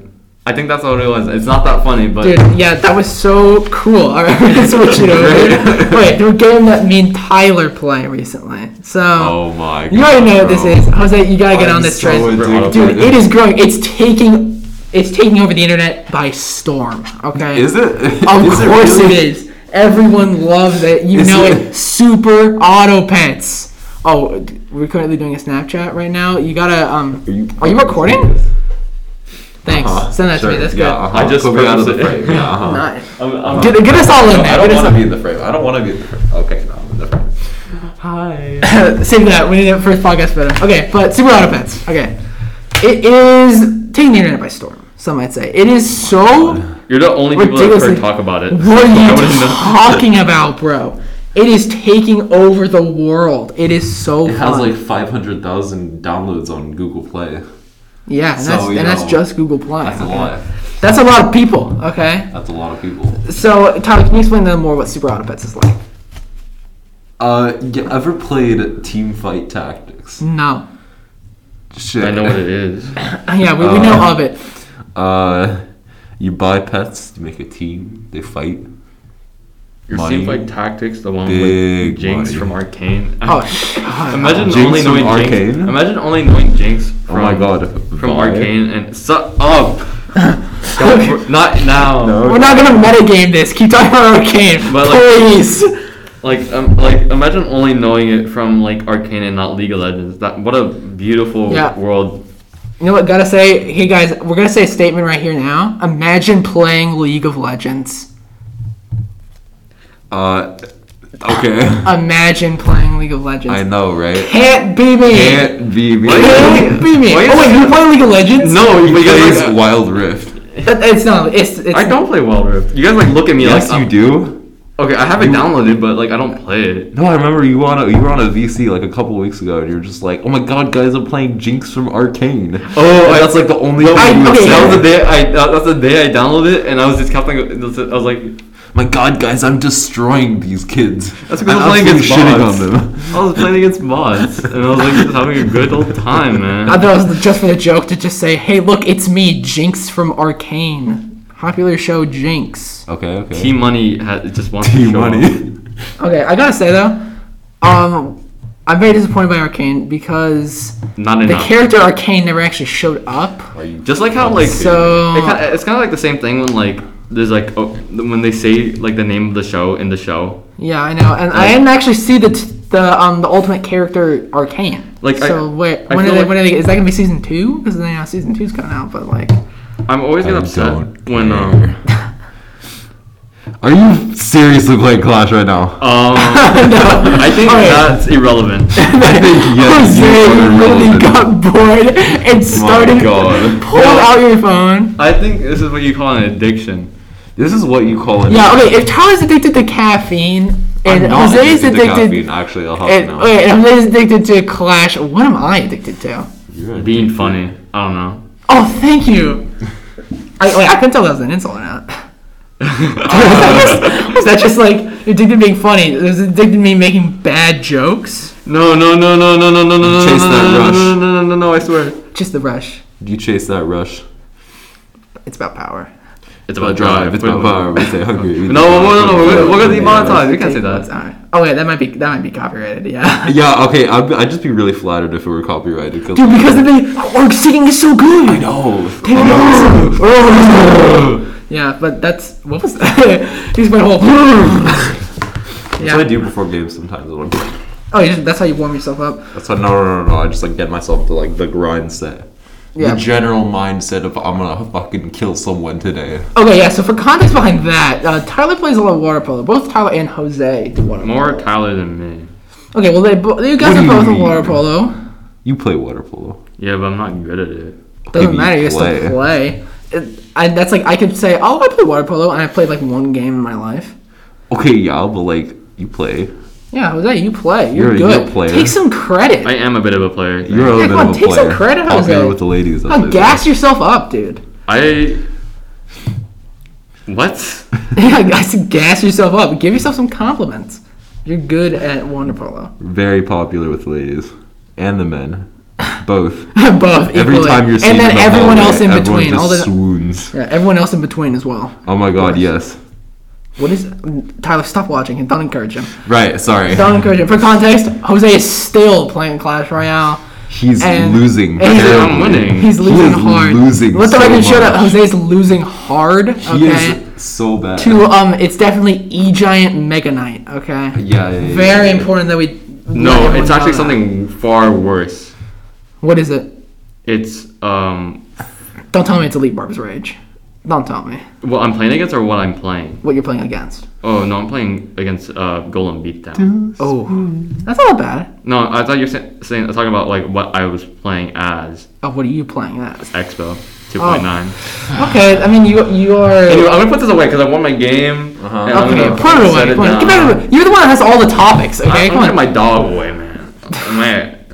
Speaker 3: I think that's what it was. It's not that funny, but
Speaker 1: Dude, yeah, that was so cool. All right, we're gonna switch it over. Wait, the game that me and Tyler play recently. So
Speaker 2: Oh my god.
Speaker 1: you already know what this
Speaker 2: bro.
Speaker 1: is. Jose, you gotta get
Speaker 2: I'm
Speaker 1: on this
Speaker 2: so
Speaker 1: trend.
Speaker 2: addicted.
Speaker 1: Dude, it is growing. It's taking it's taking over the internet by storm. Okay.
Speaker 2: Is it?
Speaker 1: Of
Speaker 2: Is
Speaker 1: course
Speaker 2: really?
Speaker 1: it is. Everyone loves it. You
Speaker 2: Is
Speaker 1: know it?
Speaker 2: it-
Speaker 1: Super auto pets. Oh, d- we're currently doing a Snapchat right now. You gotta um.
Speaker 2: Are you,
Speaker 1: Are you recording? Thanks.
Speaker 2: Uh-huh,
Speaker 1: Send that
Speaker 2: sure.
Speaker 1: to me. That's
Speaker 2: yeah,
Speaker 1: good.
Speaker 2: Uh-huh.
Speaker 3: I just
Speaker 2: Put me out of the
Speaker 3: purposed it.
Speaker 2: frame. Yeah, uh-huh.
Speaker 1: Not-
Speaker 3: I'm, I'm
Speaker 1: Get, get us all in
Speaker 2: I
Speaker 1: there.
Speaker 2: don't
Speaker 1: Get us
Speaker 2: want
Speaker 1: all-
Speaker 2: to be in the frame. I don't want to be in the frame. Okay, no, I'm in the frame.
Speaker 3: hi.
Speaker 1: Save that. We need it for the podcast better. Okay, but super auto pets. Okay, it is taking the internet by storm. Some might say it is so
Speaker 3: You're the only people that I've
Speaker 1: Ridiculously-
Speaker 3: heard talk about it.
Speaker 1: What
Speaker 3: I
Speaker 1: are
Speaker 3: wouldn't
Speaker 1: you
Speaker 3: know.
Speaker 1: talking about, bro? It is taking over the world. It is so
Speaker 2: It has
Speaker 1: fun.
Speaker 2: like 500,000 downloads on Google Play.
Speaker 1: yeah, and,
Speaker 2: so,
Speaker 1: that's,
Speaker 2: you
Speaker 1: and that's
Speaker 2: know,
Speaker 1: just Google Play.
Speaker 2: That's a
Speaker 1: okay?
Speaker 2: lot.
Speaker 1: That's a lot of people. Okay.
Speaker 2: That's a lot of people.
Speaker 1: So, Tyler, can you explain to them more what Super Autopets is like?
Speaker 2: Uh, you ever played Team Fight Tactics?
Speaker 1: No.
Speaker 2: Shit.
Speaker 3: I know what it is.
Speaker 1: Ah, Yeah, we, we know of it.
Speaker 2: Uh, you buy pets, you make a team, they fight.
Speaker 3: Your
Speaker 2: Money.
Speaker 3: Seems like tactics, the one
Speaker 2: Big
Speaker 3: with Jinx
Speaker 2: money.
Speaker 3: from Arcane.
Speaker 1: Oh, God.
Speaker 3: Imagine
Speaker 2: Jinx
Speaker 3: only
Speaker 2: from
Speaker 3: knowing Jinx.
Speaker 2: Arcane?
Speaker 3: Imagine only knowing Jinx
Speaker 2: Oh
Speaker 3: from
Speaker 2: my god.
Speaker 3: from
Speaker 2: Buy.
Speaker 3: Arcane and shut up. Don't- not now.
Speaker 2: No.
Speaker 1: We're not gonna metagame this. Keep talking about Arcane,
Speaker 3: But, like-
Speaker 1: please.
Speaker 3: Like um, like imagine only knowing it from like Arcane and not League of Legends. That what a beautiful
Speaker 1: Yeah.
Speaker 3: world.
Speaker 1: you know what? Gotta say, hey guys, we're gonna say a statement right here now. Imagine playing League of Legends.
Speaker 2: Uh, okay.
Speaker 1: Imagine playing League of Legends.
Speaker 2: I know, right?
Speaker 1: Can't be me.
Speaker 2: Can't be me.
Speaker 1: Can't be me.
Speaker 3: Why
Speaker 1: Oh wait,
Speaker 3: is-
Speaker 1: you play League of Legends?
Speaker 3: No,
Speaker 2: He plays Wild Rift.
Speaker 1: That- it's not. It's. it's
Speaker 3: I don't play Wild Rift. You guys like look at me
Speaker 2: Yes,
Speaker 3: like um,
Speaker 2: you
Speaker 3: I'm-
Speaker 2: do.
Speaker 3: Okay, I have it downloaded, but like I don't play it.
Speaker 2: No, I remember you on a, you were on a VC like a couple weeks ago, and you were just like, "Oh my god, guys, I'm playing Jinx from Arcane."
Speaker 3: Oh,
Speaker 2: And
Speaker 3: I-
Speaker 2: that's like the only
Speaker 3: No,
Speaker 2: thing
Speaker 1: I-
Speaker 2: you would
Speaker 1: okay,
Speaker 2: say.
Speaker 3: That was the day I. That, that's the day I downloaded it, and I was just kept like, I was like,
Speaker 2: My god, guys, I'm destroying these kids.
Speaker 3: That's
Speaker 2: I'm
Speaker 3: because I'm playing
Speaker 2: absolutely
Speaker 3: against
Speaker 2: shitting
Speaker 3: bots.
Speaker 2: on them.
Speaker 3: I was playing against mods, and I was like just having a good old time,
Speaker 1: I
Speaker 3: man.
Speaker 1: thought it was just for the joke to just say, "Hey, look, it's me, Jinx from Arcane, popular show Jinx."
Speaker 2: Okay, okay.
Speaker 3: T Money ha- just wants to
Speaker 2: Team
Speaker 3: show off.
Speaker 2: money.
Speaker 1: Okay, I gotta say though, um, I'm very disappointed by Arcane because
Speaker 3: Not
Speaker 1: the
Speaker 3: enough.
Speaker 1: character Arcane never actually showed up.
Speaker 3: just like how like
Speaker 1: So-
Speaker 3: it kinda, it's kind of like the same thing when like there's like oh, when they say like the name of the show in the show.
Speaker 1: Yeah, I know, and I didn't actually see the t- the um the ultimate character Arcane.
Speaker 3: Like, I-
Speaker 1: so, wait,
Speaker 3: I
Speaker 1: when are
Speaker 3: feel
Speaker 1: they?
Speaker 3: like-
Speaker 1: when are they? Is that gonna be season two? Because they know season two's coming out, but like,
Speaker 3: I'm always
Speaker 2: I
Speaker 3: gonna upset
Speaker 2: don't
Speaker 3: when um
Speaker 2: Are you seriously playing Clash right now?
Speaker 3: um I think
Speaker 1: Okay.
Speaker 3: that's irrelevant.
Speaker 2: I think yes.
Speaker 1: Jose
Speaker 2: you are
Speaker 1: really
Speaker 2: relevant.
Speaker 1: got bored and started
Speaker 2: God.
Speaker 1: pulled out your phone.
Speaker 3: I think this is what you call an addiction.
Speaker 2: This is what you call it.
Speaker 1: Yeah, okay. If Tyler's addicted to caffeine and Jose is
Speaker 2: to
Speaker 1: addicted,
Speaker 2: caffeine, actually. I'll help you
Speaker 1: and,
Speaker 2: now.
Speaker 1: wait, and Jose is addicted to Clash, what am I addicted to?
Speaker 2: You're a-
Speaker 3: Being funny. I don't know.
Speaker 1: Oh, thank you. I, wait, I couldn't tell if that was an insult or not. was, that just, was that just like addicted to being funny? It was addicted to me making bad jokes.
Speaker 4: No, no, no, no, no, no, no, no, no,
Speaker 2: Chase
Speaker 4: no,
Speaker 2: that
Speaker 4: no, no,
Speaker 2: rush.
Speaker 4: no, no, no, no, no, I swear.
Speaker 1: Just the rush.
Speaker 2: You chase that rush.
Speaker 1: It's about power.
Speaker 3: It's
Speaker 2: The
Speaker 3: about
Speaker 2: drive. It's
Speaker 3: Wait,
Speaker 2: about
Speaker 3: wait,
Speaker 2: power. We stay hungry. We stay
Speaker 3: No, no, no, no,
Speaker 2: hungry.
Speaker 3: we're- we're gonna be
Speaker 2: Yeah.
Speaker 3: monetized. We can't say
Speaker 1: Take
Speaker 3: that.
Speaker 1: what's on. Oh yeah, that might be that might be copyrighted. Yeah.
Speaker 2: Yeah, okay. I'd, I'd just be really flattered if it were copyrighted. Cause
Speaker 1: Dude, because the thing, our singing is so good. I
Speaker 2: no.
Speaker 1: Yeah, but that's what was that? He's my whole. yeah.
Speaker 2: That's what I do before games sometimes. when I'm-
Speaker 1: Oh, you just, that's how you warm yourself up.
Speaker 2: That's what, no, no, no, no. I just like get myself to like the grind set.
Speaker 1: Yeah.
Speaker 2: The general mindset of I'm gonna fucking kill someone today.
Speaker 1: Okay, yeah. So for context behind that, uh, Tyler plays a lot of water polo. Both Tyler and Jose do water
Speaker 3: More
Speaker 1: polo.
Speaker 3: Tyler than me.
Speaker 1: Okay, well they bo- you guys
Speaker 2: What
Speaker 1: are
Speaker 2: do you
Speaker 1: both in
Speaker 2: mean?
Speaker 1: water polo.
Speaker 2: You play water polo.
Speaker 3: Yeah, but I'm not good at it.
Speaker 1: Doesn't
Speaker 2: Maybe
Speaker 1: matter.
Speaker 2: you
Speaker 1: You still
Speaker 2: play.
Speaker 1: play. It, I, that's like I could say, oh, I play water polo, and I played like one game in my life.
Speaker 2: Okay, yeah, but like you play.
Speaker 1: Yeah, Jose, you play. You're,
Speaker 2: You're
Speaker 1: good.
Speaker 2: a- you're a player.
Speaker 1: Take some credit.
Speaker 3: I am a bit of a player.
Speaker 2: You're a
Speaker 1: Yeah,
Speaker 2: little
Speaker 1: come on,
Speaker 2: bit of a
Speaker 1: take some
Speaker 2: player.
Speaker 1: credit,
Speaker 2: I'll be
Speaker 1: Jose.
Speaker 2: with the ladies. up
Speaker 1: Now
Speaker 2: there.
Speaker 1: gas yourself up, dude.
Speaker 3: I. What?
Speaker 1: Yeah, I said gas yourself up. Give yourself some compliments. You're good at water polo.
Speaker 2: Very popular with the ladies and the men, both.
Speaker 1: Both
Speaker 2: Every
Speaker 1: equally.
Speaker 2: time you're seen
Speaker 1: and then
Speaker 2: in the
Speaker 1: everyone
Speaker 2: hallway,
Speaker 1: else in
Speaker 2: everyone
Speaker 1: between.
Speaker 2: just
Speaker 1: All the
Speaker 2: swoons.
Speaker 1: yeah, everyone else in between as well.
Speaker 2: Oh my god, yes.
Speaker 1: What is Tyler? Stop watching him. Don't encourage him.
Speaker 2: Right, sorry.
Speaker 1: Don't encourage him. For context, Jose is still playing Clash Royale.
Speaker 2: He's
Speaker 1: And-
Speaker 2: losing.
Speaker 1: and he's-
Speaker 2: terribly.
Speaker 3: I'm winning.
Speaker 1: He's
Speaker 2: He
Speaker 1: losing
Speaker 2: is
Speaker 1: hard.
Speaker 2: losing
Speaker 1: Let the
Speaker 2: so
Speaker 1: record show that
Speaker 2: much.
Speaker 1: Jose is losing hard. Okay.
Speaker 2: He is so bad.
Speaker 1: to um, it's definitely E Giant Mega Knight. Okay.
Speaker 2: yeah, yeah, yeah,
Speaker 1: Very
Speaker 2: yeah.
Speaker 1: important that we. let
Speaker 3: No,
Speaker 1: everyone
Speaker 3: it's
Speaker 1: know
Speaker 3: actually
Speaker 1: that.
Speaker 3: something far worse.
Speaker 1: What is it?
Speaker 3: It's um,
Speaker 1: Don't tell me it's Elite Barb's Rage. Don't tell me
Speaker 3: what I'm playing against or what I'm playing.
Speaker 1: what you're playing against.
Speaker 3: Oh no, I'm playing against uh, Golem Beatdown.
Speaker 1: Oh, that's not bad.
Speaker 3: No, I thought you were sa- saying talking about like what I was playing as
Speaker 1: Oh, what are you playing as?
Speaker 3: Expo 2.9.
Speaker 1: Oh. Okay, I mean you you
Speaker 3: Anyway,
Speaker 1: are.
Speaker 3: I'm gonna put this away because I won my game. and I'm
Speaker 1: Okay,
Speaker 3: gonna
Speaker 1: put it away.
Speaker 3: set
Speaker 1: Put it,
Speaker 3: down. Uh-huh.
Speaker 1: get back to it. You're the one that has all the topics.
Speaker 3: I-
Speaker 1: Okay,
Speaker 3: I'm
Speaker 1: come
Speaker 3: putting
Speaker 1: on.
Speaker 3: my dog away, man. Man,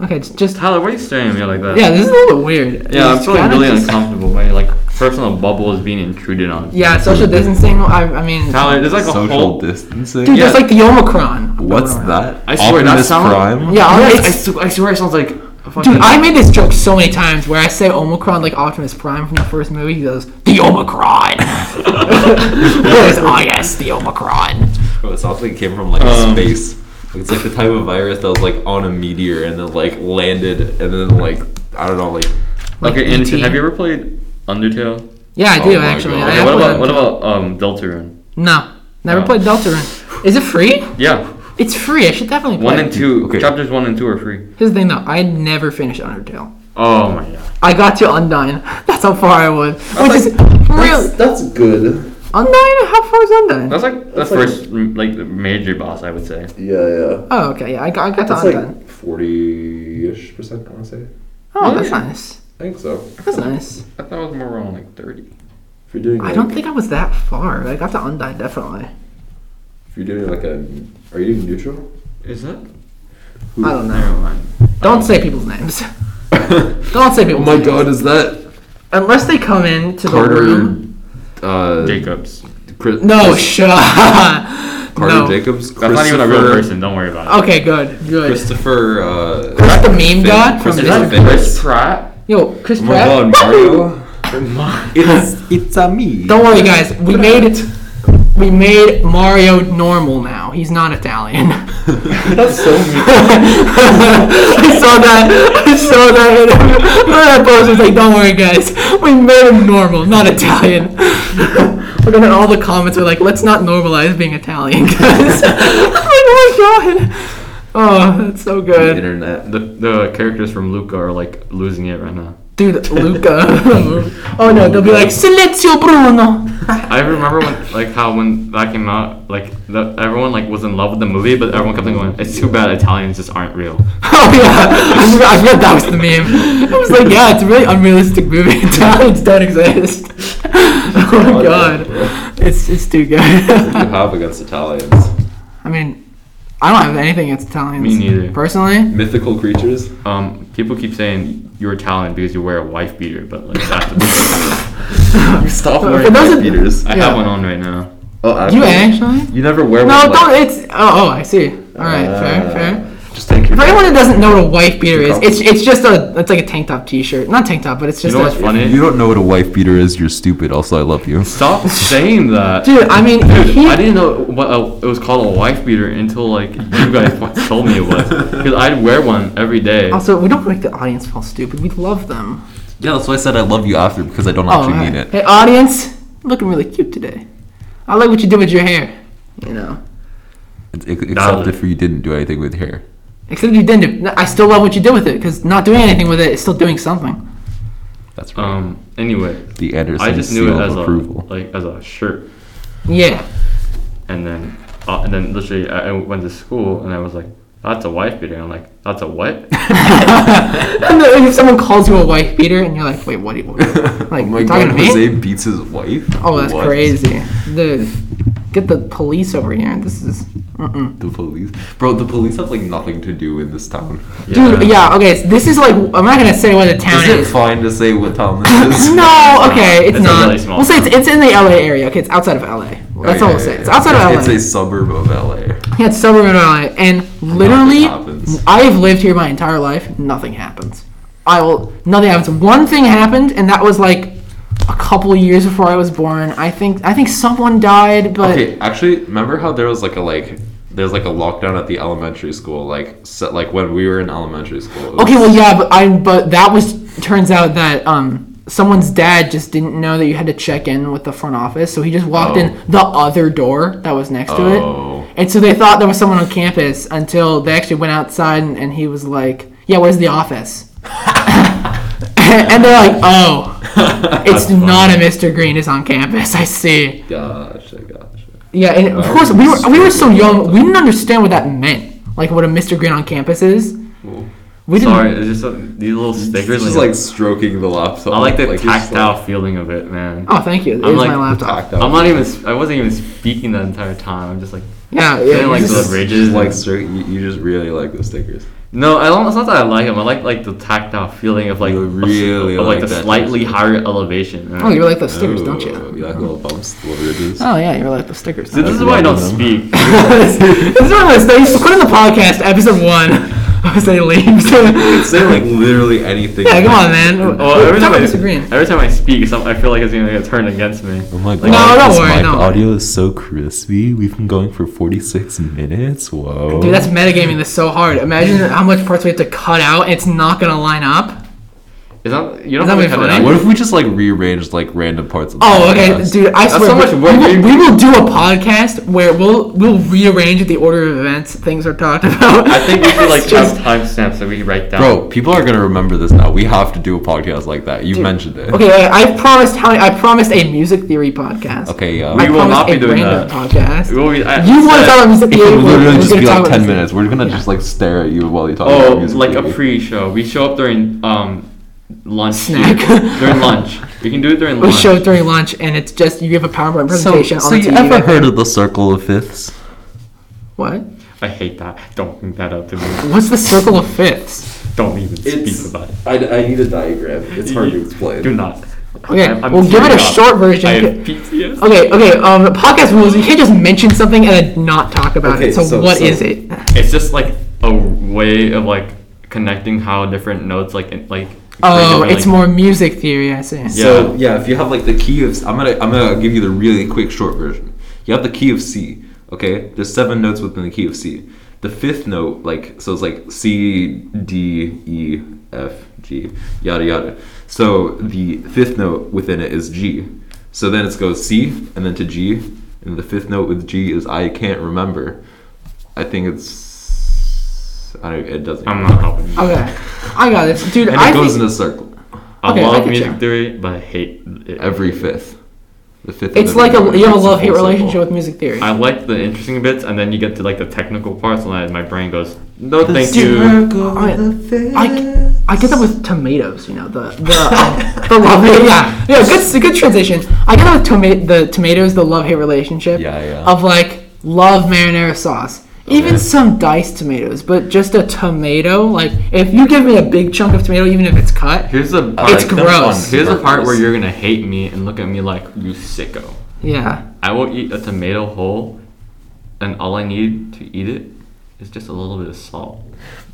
Speaker 1: okay, just, just
Speaker 3: Tyler, why are you staring at me like that?
Speaker 1: yeah. This is a little weird.
Speaker 3: Yeah, I'm
Speaker 1: It's
Speaker 3: feeling
Speaker 1: kinda
Speaker 3: really
Speaker 1: just-
Speaker 3: uncomfortable. My like personal bubble is being intruded on.
Speaker 1: Yeah, social distancing. I, I mean,
Speaker 3: Tyler, there's like a
Speaker 2: Social
Speaker 3: whole.
Speaker 2: distancing.
Speaker 1: dude, that's
Speaker 3: yeah.
Speaker 1: like the Omicron.
Speaker 2: What's that?
Speaker 3: I swear, that
Speaker 2: Optimus
Speaker 3: sound-
Speaker 2: Prime.
Speaker 1: Yeah,
Speaker 3: I,
Speaker 1: I,
Speaker 3: I,
Speaker 1: it's,
Speaker 3: sw- I swear, it sounds like.
Speaker 1: dude, I made this joke so many times where I say Omicron like Optimus Prime from the first movie. He goes the Omicron. he goes, oh yes, the Omicron.
Speaker 2: Oh, it sounds like it came from like
Speaker 3: Um.
Speaker 2: space. It's like the type of virus that was like on a meteor and then like landed and then like I don't know like
Speaker 1: Like
Speaker 3: okay, Anderson,
Speaker 1: ET.
Speaker 3: have you ever played Undertale?
Speaker 1: Yeah, E I
Speaker 2: Oh
Speaker 1: do
Speaker 2: my
Speaker 1: actually.
Speaker 2: God.
Speaker 1: I
Speaker 2: Yeah,
Speaker 3: Okay,
Speaker 1: have
Speaker 3: what
Speaker 1: one.
Speaker 3: about what about um Deltarune?
Speaker 1: No, never
Speaker 3: Oh.
Speaker 1: played Deltarune. Is it free?
Speaker 3: Yeah,
Speaker 1: It's free. I should definitely play.
Speaker 3: one and two
Speaker 2: Okay.
Speaker 3: chapters one and two are free.
Speaker 1: Here's the thing though, I never finished Undertale.
Speaker 3: Oh my god.
Speaker 1: I got to Undyne. That's how far I was. Which
Speaker 2: like,
Speaker 1: is really
Speaker 2: that's good.
Speaker 1: Undyne. How far is Undyne?
Speaker 3: That's like the first mm, like the major boss, I would say.
Speaker 2: Yeah, yeah.
Speaker 1: oh, okay. Yeah, I got, I got to
Speaker 2: That's
Speaker 1: Undyne.
Speaker 2: like forty ish percent. I want to say.
Speaker 1: oh, that's nice.
Speaker 2: I think so.
Speaker 1: That's nice.
Speaker 3: I thought it was more around like thirty.
Speaker 2: If you're doing,
Speaker 1: I don't think I was that far. I got to Undyne definitely.
Speaker 2: If you're doing like a, are you doing neutral?
Speaker 3: Is it?
Speaker 1: I
Speaker 2: Hmm.
Speaker 1: don't know.
Speaker 3: Never mind.
Speaker 1: Don't say people's names. don't say
Speaker 2: Oh
Speaker 1: people's
Speaker 2: my
Speaker 1: names.
Speaker 2: god, is that
Speaker 1: Unless they come into the
Speaker 2: Carter?
Speaker 1: room.
Speaker 2: Uh,
Speaker 3: Jacobs.
Speaker 2: Chris,
Speaker 1: No, shut up.
Speaker 2: Carter
Speaker 1: no.
Speaker 2: Jacobs.
Speaker 3: That's not even a real
Speaker 2: Christopher-
Speaker 3: person. Don't worry about it.
Speaker 1: Okay, good, good.
Speaker 2: Christopher. Uh,
Speaker 1: Chris the meme
Speaker 2: Finn-
Speaker 1: god from
Speaker 3: Is
Speaker 2: Christopher
Speaker 3: that
Speaker 2: Finn.
Speaker 3: Chris Pratt?
Speaker 1: Yo, Chris
Speaker 2: Oh my
Speaker 1: Pratt.
Speaker 2: god, Mario. it's it's a me.
Speaker 1: Don't worry, guys. We made it. We made Mario normal now. He's not Italian.
Speaker 2: That's so
Speaker 1: I saw that. I saw that. And that poster's like, don't worry, guys. We made him normal, not Italian. We're gonna all the comments are like, let's not normalize being Italian, guys. oh my god. Oh, that's so good,
Speaker 2: internet.
Speaker 3: The the characters from Luca are like losing it right now.
Speaker 1: dude. Luca. oh no, they'll be like Silenzio Bruno.
Speaker 3: I remember when, like, how when that came out, like, the, everyone like was in love with the movie, but everyone kept on going, "It's too bad Italians just aren't real."
Speaker 1: Oh yeah, I forgot, I forgot that was the meme. I was like, yeah, it's a really unrealistic movie. Italians don't exist. oh my god, it's it's too good.
Speaker 2: What do
Speaker 1: I
Speaker 2: you have against Italians?
Speaker 1: mean, I don't have anything against Italians.
Speaker 3: Me neither.
Speaker 1: Personally,
Speaker 2: Mythical creatures.
Speaker 3: Um, people keep saying you're Italian because you wear a wife beater, but like that's
Speaker 2: you stop
Speaker 1: For
Speaker 2: wearing
Speaker 1: those
Speaker 2: wife
Speaker 1: of-
Speaker 2: beaters.
Speaker 3: I
Speaker 1: Yeah.
Speaker 3: have one on right now.
Speaker 2: Oh, I-
Speaker 1: You actually?
Speaker 2: You never wear
Speaker 1: No,
Speaker 2: one.
Speaker 1: don't.
Speaker 2: like-
Speaker 1: It's oh, oh, I see. All right, fair,
Speaker 2: Ah,
Speaker 1: fair.
Speaker 2: Just take your.
Speaker 1: For anyone that doesn't know what a wife beater is,
Speaker 2: Problem.
Speaker 1: it's it's just a it's like a tank top T-shirt, not tank top, but it's just
Speaker 3: know
Speaker 1: a-
Speaker 3: what's funny?
Speaker 2: You don't know what a wife beater is. You're stupid. Also, I love you.
Speaker 3: Stop saying that.
Speaker 1: Dude, I mean,
Speaker 3: Dude,
Speaker 1: he-
Speaker 3: I didn't know what a, it was called a wife beater until like you guys fu- told me it was. Because I'd wear one every day.
Speaker 1: Also, we don't make the audience feel stupid. We love them.
Speaker 2: Yeah, that's why I said I love you after because I don't
Speaker 1: Oh,
Speaker 2: actually
Speaker 1: right.
Speaker 2: mean it.
Speaker 1: Hey, audience, looking really cute today. I like what you did with your hair. You know,
Speaker 2: It's- ex- Except
Speaker 3: Valid.
Speaker 2: if you didn't do anything with hair.
Speaker 1: except you didn't. do- I still love what you did with it because not doing anything with it is still doing something.
Speaker 2: That's right.
Speaker 3: Um. Anyway,
Speaker 2: the Anderson
Speaker 3: I just
Speaker 2: seal
Speaker 3: knew it as
Speaker 2: of approval.
Speaker 3: a like as a shirt,
Speaker 1: Yeah.
Speaker 3: and then uh, and then literally I, I went to school and I was like, "That's a wife beater." I'm like, "That's a what?"
Speaker 1: And then if someone calls you a wife beater and you're like, wait, what? Are you, like,
Speaker 2: oh my
Speaker 1: you talking
Speaker 2: god,
Speaker 1: to me?
Speaker 2: Jose beats his wife.
Speaker 1: Oh, that's
Speaker 2: What?
Speaker 1: crazy. Dude, get the police over here. This is. Mm-mm.
Speaker 2: The police, bro. The police have like nothing to do in this town.
Speaker 1: Dude, yeah, okay, so this is like. I'm not gonna say what the town
Speaker 2: Is it
Speaker 1: is.
Speaker 2: fine to say what town this is?
Speaker 1: no, okay, it's,
Speaker 3: It's a
Speaker 1: not.
Speaker 3: really small
Speaker 1: we'll say it's, it's in the LA area. Okay, it's outside of LA. That's all
Speaker 2: Okay,
Speaker 1: we'll say. It's outside of LA.
Speaker 2: It's a suburb of LA.
Speaker 1: Yeah, it's suburban LA, and literally,
Speaker 2: happens.
Speaker 1: I have lived here my entire life. Nothing happens. I will. Nothing happens. One thing happened, and that was like a couple years before I was born. I think. I think someone died, but
Speaker 2: Okay, actually, remember how there was like a like there's like a lockdown at the elementary school, like set, like when we were in elementary school. It was-
Speaker 1: okay. Well, yeah, but I. But that was. Turns out that um someone's dad just didn't know that you had to check in with the front office, so he just walked in the other door that was next to it.
Speaker 2: Oh.
Speaker 1: And so they thought there was someone on campus until they actually went outside and, and he was like, Yeah, where's the office? and they're like, Oh, it's not a Mr. Green is on campus. I see.
Speaker 2: Gotcha, gotcha.
Speaker 1: Yeah, and of
Speaker 2: Wow.
Speaker 1: course, we were, we were so
Speaker 2: Straight
Speaker 1: young, we didn't understand what that meant. Like, what a Mr. Green on campus is. We didn't.
Speaker 3: Sorry, it's just uh, these little stickers.
Speaker 2: It's just like stroking the laptop.
Speaker 3: I like the
Speaker 2: you're just,
Speaker 3: tactile
Speaker 2: like-
Speaker 3: feeling of it, man.
Speaker 1: Oh, thank you. It
Speaker 3: I'm
Speaker 1: was
Speaker 3: like-
Speaker 1: my laptop.
Speaker 2: Tactile.
Speaker 3: I'm not even. s- I wasn't even speaking the entire time. I'm just like.
Speaker 1: Yeah,
Speaker 3: I
Speaker 1: yeah.
Speaker 3: didn't like
Speaker 1: this
Speaker 3: the
Speaker 1: is-
Speaker 3: ridges.
Speaker 2: Just, like
Speaker 3: and-
Speaker 2: stro- you, you just really like the stickers.
Speaker 3: No, I don't, it's not that I like them. I like like the tactile feeling of like
Speaker 2: You
Speaker 3: a s-
Speaker 2: really
Speaker 3: of,
Speaker 2: like
Speaker 3: like
Speaker 2: that
Speaker 3: the slightly
Speaker 2: texture.
Speaker 3: higher elevation.
Speaker 1: oh, you like those stickers, don't
Speaker 2: Oh,
Speaker 1: you?
Speaker 2: You like little bumps, little ridges.
Speaker 1: Oh, yeah, you like those stickers.
Speaker 3: Dude, this
Speaker 2: I
Speaker 3: is why I don't
Speaker 2: love them.
Speaker 3: speak.
Speaker 1: this is one of those things. Put in the podcast, episode one. Jose leaves.
Speaker 2: Say like literally anything.
Speaker 1: yeah, come on, man.
Speaker 3: Well,
Speaker 1: We're
Speaker 3: every,
Speaker 1: talking
Speaker 3: time I,
Speaker 1: about disagreeing.
Speaker 3: every time I speak, some, I feel like it's gonna get turned against me.
Speaker 2: Oh my god.
Speaker 1: No, don't
Speaker 2: this
Speaker 1: worry,
Speaker 2: mic
Speaker 1: don't worry.
Speaker 2: audio is so crispy. We've been going for 46 minutes. Whoa.
Speaker 1: Dude, that's metagaming this so hard. Imagine how much parts we have to cut out. It's not gonna line up.
Speaker 3: It's not, you don't
Speaker 1: Is that what
Speaker 3: have to cut
Speaker 1: you're
Speaker 3: it
Speaker 1: doing?
Speaker 3: out.
Speaker 2: What if we just like rearranged like random parts of the
Speaker 1: Oh, okay,
Speaker 2: podcast?
Speaker 1: dude. I swear,
Speaker 3: so much
Speaker 1: we,
Speaker 3: work,
Speaker 1: we,
Speaker 3: dude.
Speaker 1: will, we will do a podcast where we'll we'll rearrange the order of events things are talked about.
Speaker 3: I think we should like
Speaker 1: It's
Speaker 3: have timestamps that we can write down.
Speaker 2: Bro, people are gonna remember this now. We have to do a podcast like that. You mentioned it.
Speaker 1: Okay, okay, I promised how I promised a music theory podcast.
Speaker 2: Okay, uh, yeah.
Speaker 1: I
Speaker 3: We will
Speaker 1: promised
Speaker 3: not be
Speaker 1: a
Speaker 3: doing
Speaker 1: random
Speaker 3: that.
Speaker 1: Podcast.
Speaker 3: What we- I-
Speaker 1: you want to
Speaker 3: said-
Speaker 1: talk about music
Speaker 2: It
Speaker 1: theory?
Speaker 2: will
Speaker 1: we're-
Speaker 2: literally
Speaker 1: we're
Speaker 2: just
Speaker 1: gonna
Speaker 2: be
Speaker 1: talk
Speaker 2: like
Speaker 1: about
Speaker 2: ten
Speaker 1: music-
Speaker 2: minutes. We're gonna just like stare at you while you talk about
Speaker 3: Oh,
Speaker 2: music.
Speaker 3: like a
Speaker 2: theory.
Speaker 3: pre-show. We show up during um lunch.
Speaker 1: Snack.
Speaker 3: during lunch. We can do it during
Speaker 1: We
Speaker 3: lunch.
Speaker 1: show it during lunch, and it's just you give a PowerPoint
Speaker 2: So,
Speaker 1: presentation
Speaker 2: so
Speaker 1: on the
Speaker 2: you
Speaker 1: TV.
Speaker 2: ever heard of the circle of fifths?
Speaker 1: what?
Speaker 3: I hate that. Don't bring that up to me.
Speaker 1: What's the circle of fifths?
Speaker 3: Don't even
Speaker 2: It's-
Speaker 3: speak about it.
Speaker 2: I, I need a diagram. It's
Speaker 3: You- Do not.
Speaker 1: Okay,
Speaker 3: I'm- I'm
Speaker 1: we'll give it a
Speaker 3: tearing up.
Speaker 1: short version.
Speaker 3: I have PTSD.
Speaker 1: Okay, okay. Um, podcast rules. You can't just mention something and then not talk about
Speaker 2: Okay,
Speaker 1: it. So,
Speaker 2: so-
Speaker 1: what
Speaker 2: so-
Speaker 1: is it?
Speaker 3: It's just like a way of like connecting how different notes like in- like.
Speaker 1: Oh,
Speaker 3: create different,
Speaker 1: it's
Speaker 3: like-
Speaker 1: more music theory. I see.
Speaker 3: Yeah.
Speaker 2: So yeah, if you have like the key of, I'm gonna I'm gonna give you the really quick short version. You have the key of C. Okay, there's seven notes within the key of C. The fifth note, like so, it's like C D E F G yada yada. So the fifth note within it is G. So then it goes C and then to G, and the fifth note with G is I can't remember. I think it's I don't. It doesn't.
Speaker 3: I'm not helping. You.
Speaker 1: Okay, I got this, dude.
Speaker 2: And
Speaker 1: I
Speaker 2: it goes
Speaker 1: think
Speaker 2: in a circle.
Speaker 3: I
Speaker 1: Okay, I
Speaker 3: love
Speaker 1: get
Speaker 3: music
Speaker 1: you.
Speaker 3: theory, but I hate it.
Speaker 2: Every fifth. The fifth. and
Speaker 1: it's
Speaker 2: then
Speaker 1: like
Speaker 2: the
Speaker 1: a
Speaker 2: note
Speaker 1: you have a
Speaker 2: makes the
Speaker 1: love hate
Speaker 2: whole circle.
Speaker 1: relationship with music theory.
Speaker 3: I like the interesting bits, and then you get to like the technical parts, and then my brain goes, "No,
Speaker 2: The
Speaker 3: thank you."
Speaker 2: circle
Speaker 1: I,
Speaker 2: of the
Speaker 1: Oh, I, I get that with tomatoes, you know the the, um, the love hate. Yeah, yeah. Good good transition. I get that with toma- the tomatoes, the love hate relationship.
Speaker 2: Yeah, yeah.
Speaker 1: Of like love marinara sauce. Even some diced tomatoes, but just a tomato. Like, if you give me a big chunk of tomato, even if it's cut,
Speaker 3: Here's the part.
Speaker 1: It's
Speaker 2: them
Speaker 1: gross.
Speaker 2: on
Speaker 3: Here's the part where
Speaker 2: purpose.
Speaker 3: you're gonna hate me and look at me like you sicko.
Speaker 1: yeah.
Speaker 3: I will eat a tomato whole, and all I need to eat it is just a little bit of salt.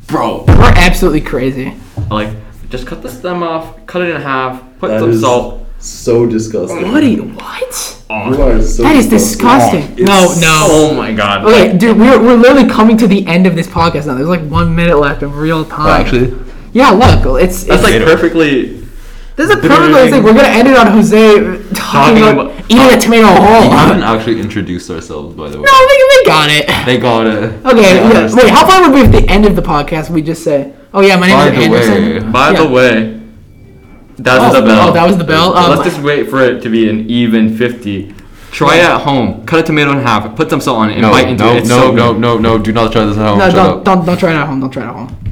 Speaker 2: bro.
Speaker 1: We're absolutely crazy.
Speaker 3: Like, just cut the stem off, cut it in half, put
Speaker 2: That
Speaker 3: some
Speaker 2: is
Speaker 3: salt
Speaker 2: So disgusting.
Speaker 1: What? Are you, what?
Speaker 3: on.
Speaker 2: You are so
Speaker 1: That is disgusting. No, no.
Speaker 3: Oh my god.
Speaker 1: Okay, dude, we're, we're literally coming to the end of this podcast now. There's like one minute left in real time. Yeah, look, it's, it's
Speaker 3: That's like
Speaker 2: Potato.
Speaker 3: perfectly.
Speaker 1: This is a perfect way to say we're gonna end it on Jose talking, about,
Speaker 3: about-
Speaker 1: eating a tomato
Speaker 2: We
Speaker 1: whole.
Speaker 2: haven't actually introduced ourselves, by the way.
Speaker 1: no, they, they got it.
Speaker 2: They got it.
Speaker 1: Okay,
Speaker 2: They
Speaker 1: yeah,
Speaker 2: understand.
Speaker 1: wait, how far would we be at the end of the podcast? We just say, oh yeah, my name
Speaker 2: By
Speaker 1: is
Speaker 2: the
Speaker 1: Anderson.
Speaker 2: way,
Speaker 3: By
Speaker 1: Yeah.
Speaker 3: the way, that was
Speaker 1: Oh,
Speaker 3: the bell.
Speaker 1: oh, that was the bell?
Speaker 3: So
Speaker 1: Um,
Speaker 3: Let's just wait for it to be an even fifty. Try it at home. Cut a tomato in half. Put some salt on it. and
Speaker 2: no,
Speaker 3: bite into
Speaker 2: no,
Speaker 3: it. It's
Speaker 2: no,
Speaker 3: so good.
Speaker 2: no, no, no, do not try this at home.
Speaker 1: no,
Speaker 2: Shut
Speaker 1: don't,
Speaker 2: up.
Speaker 1: don't don't try it at home. Don't try it at home.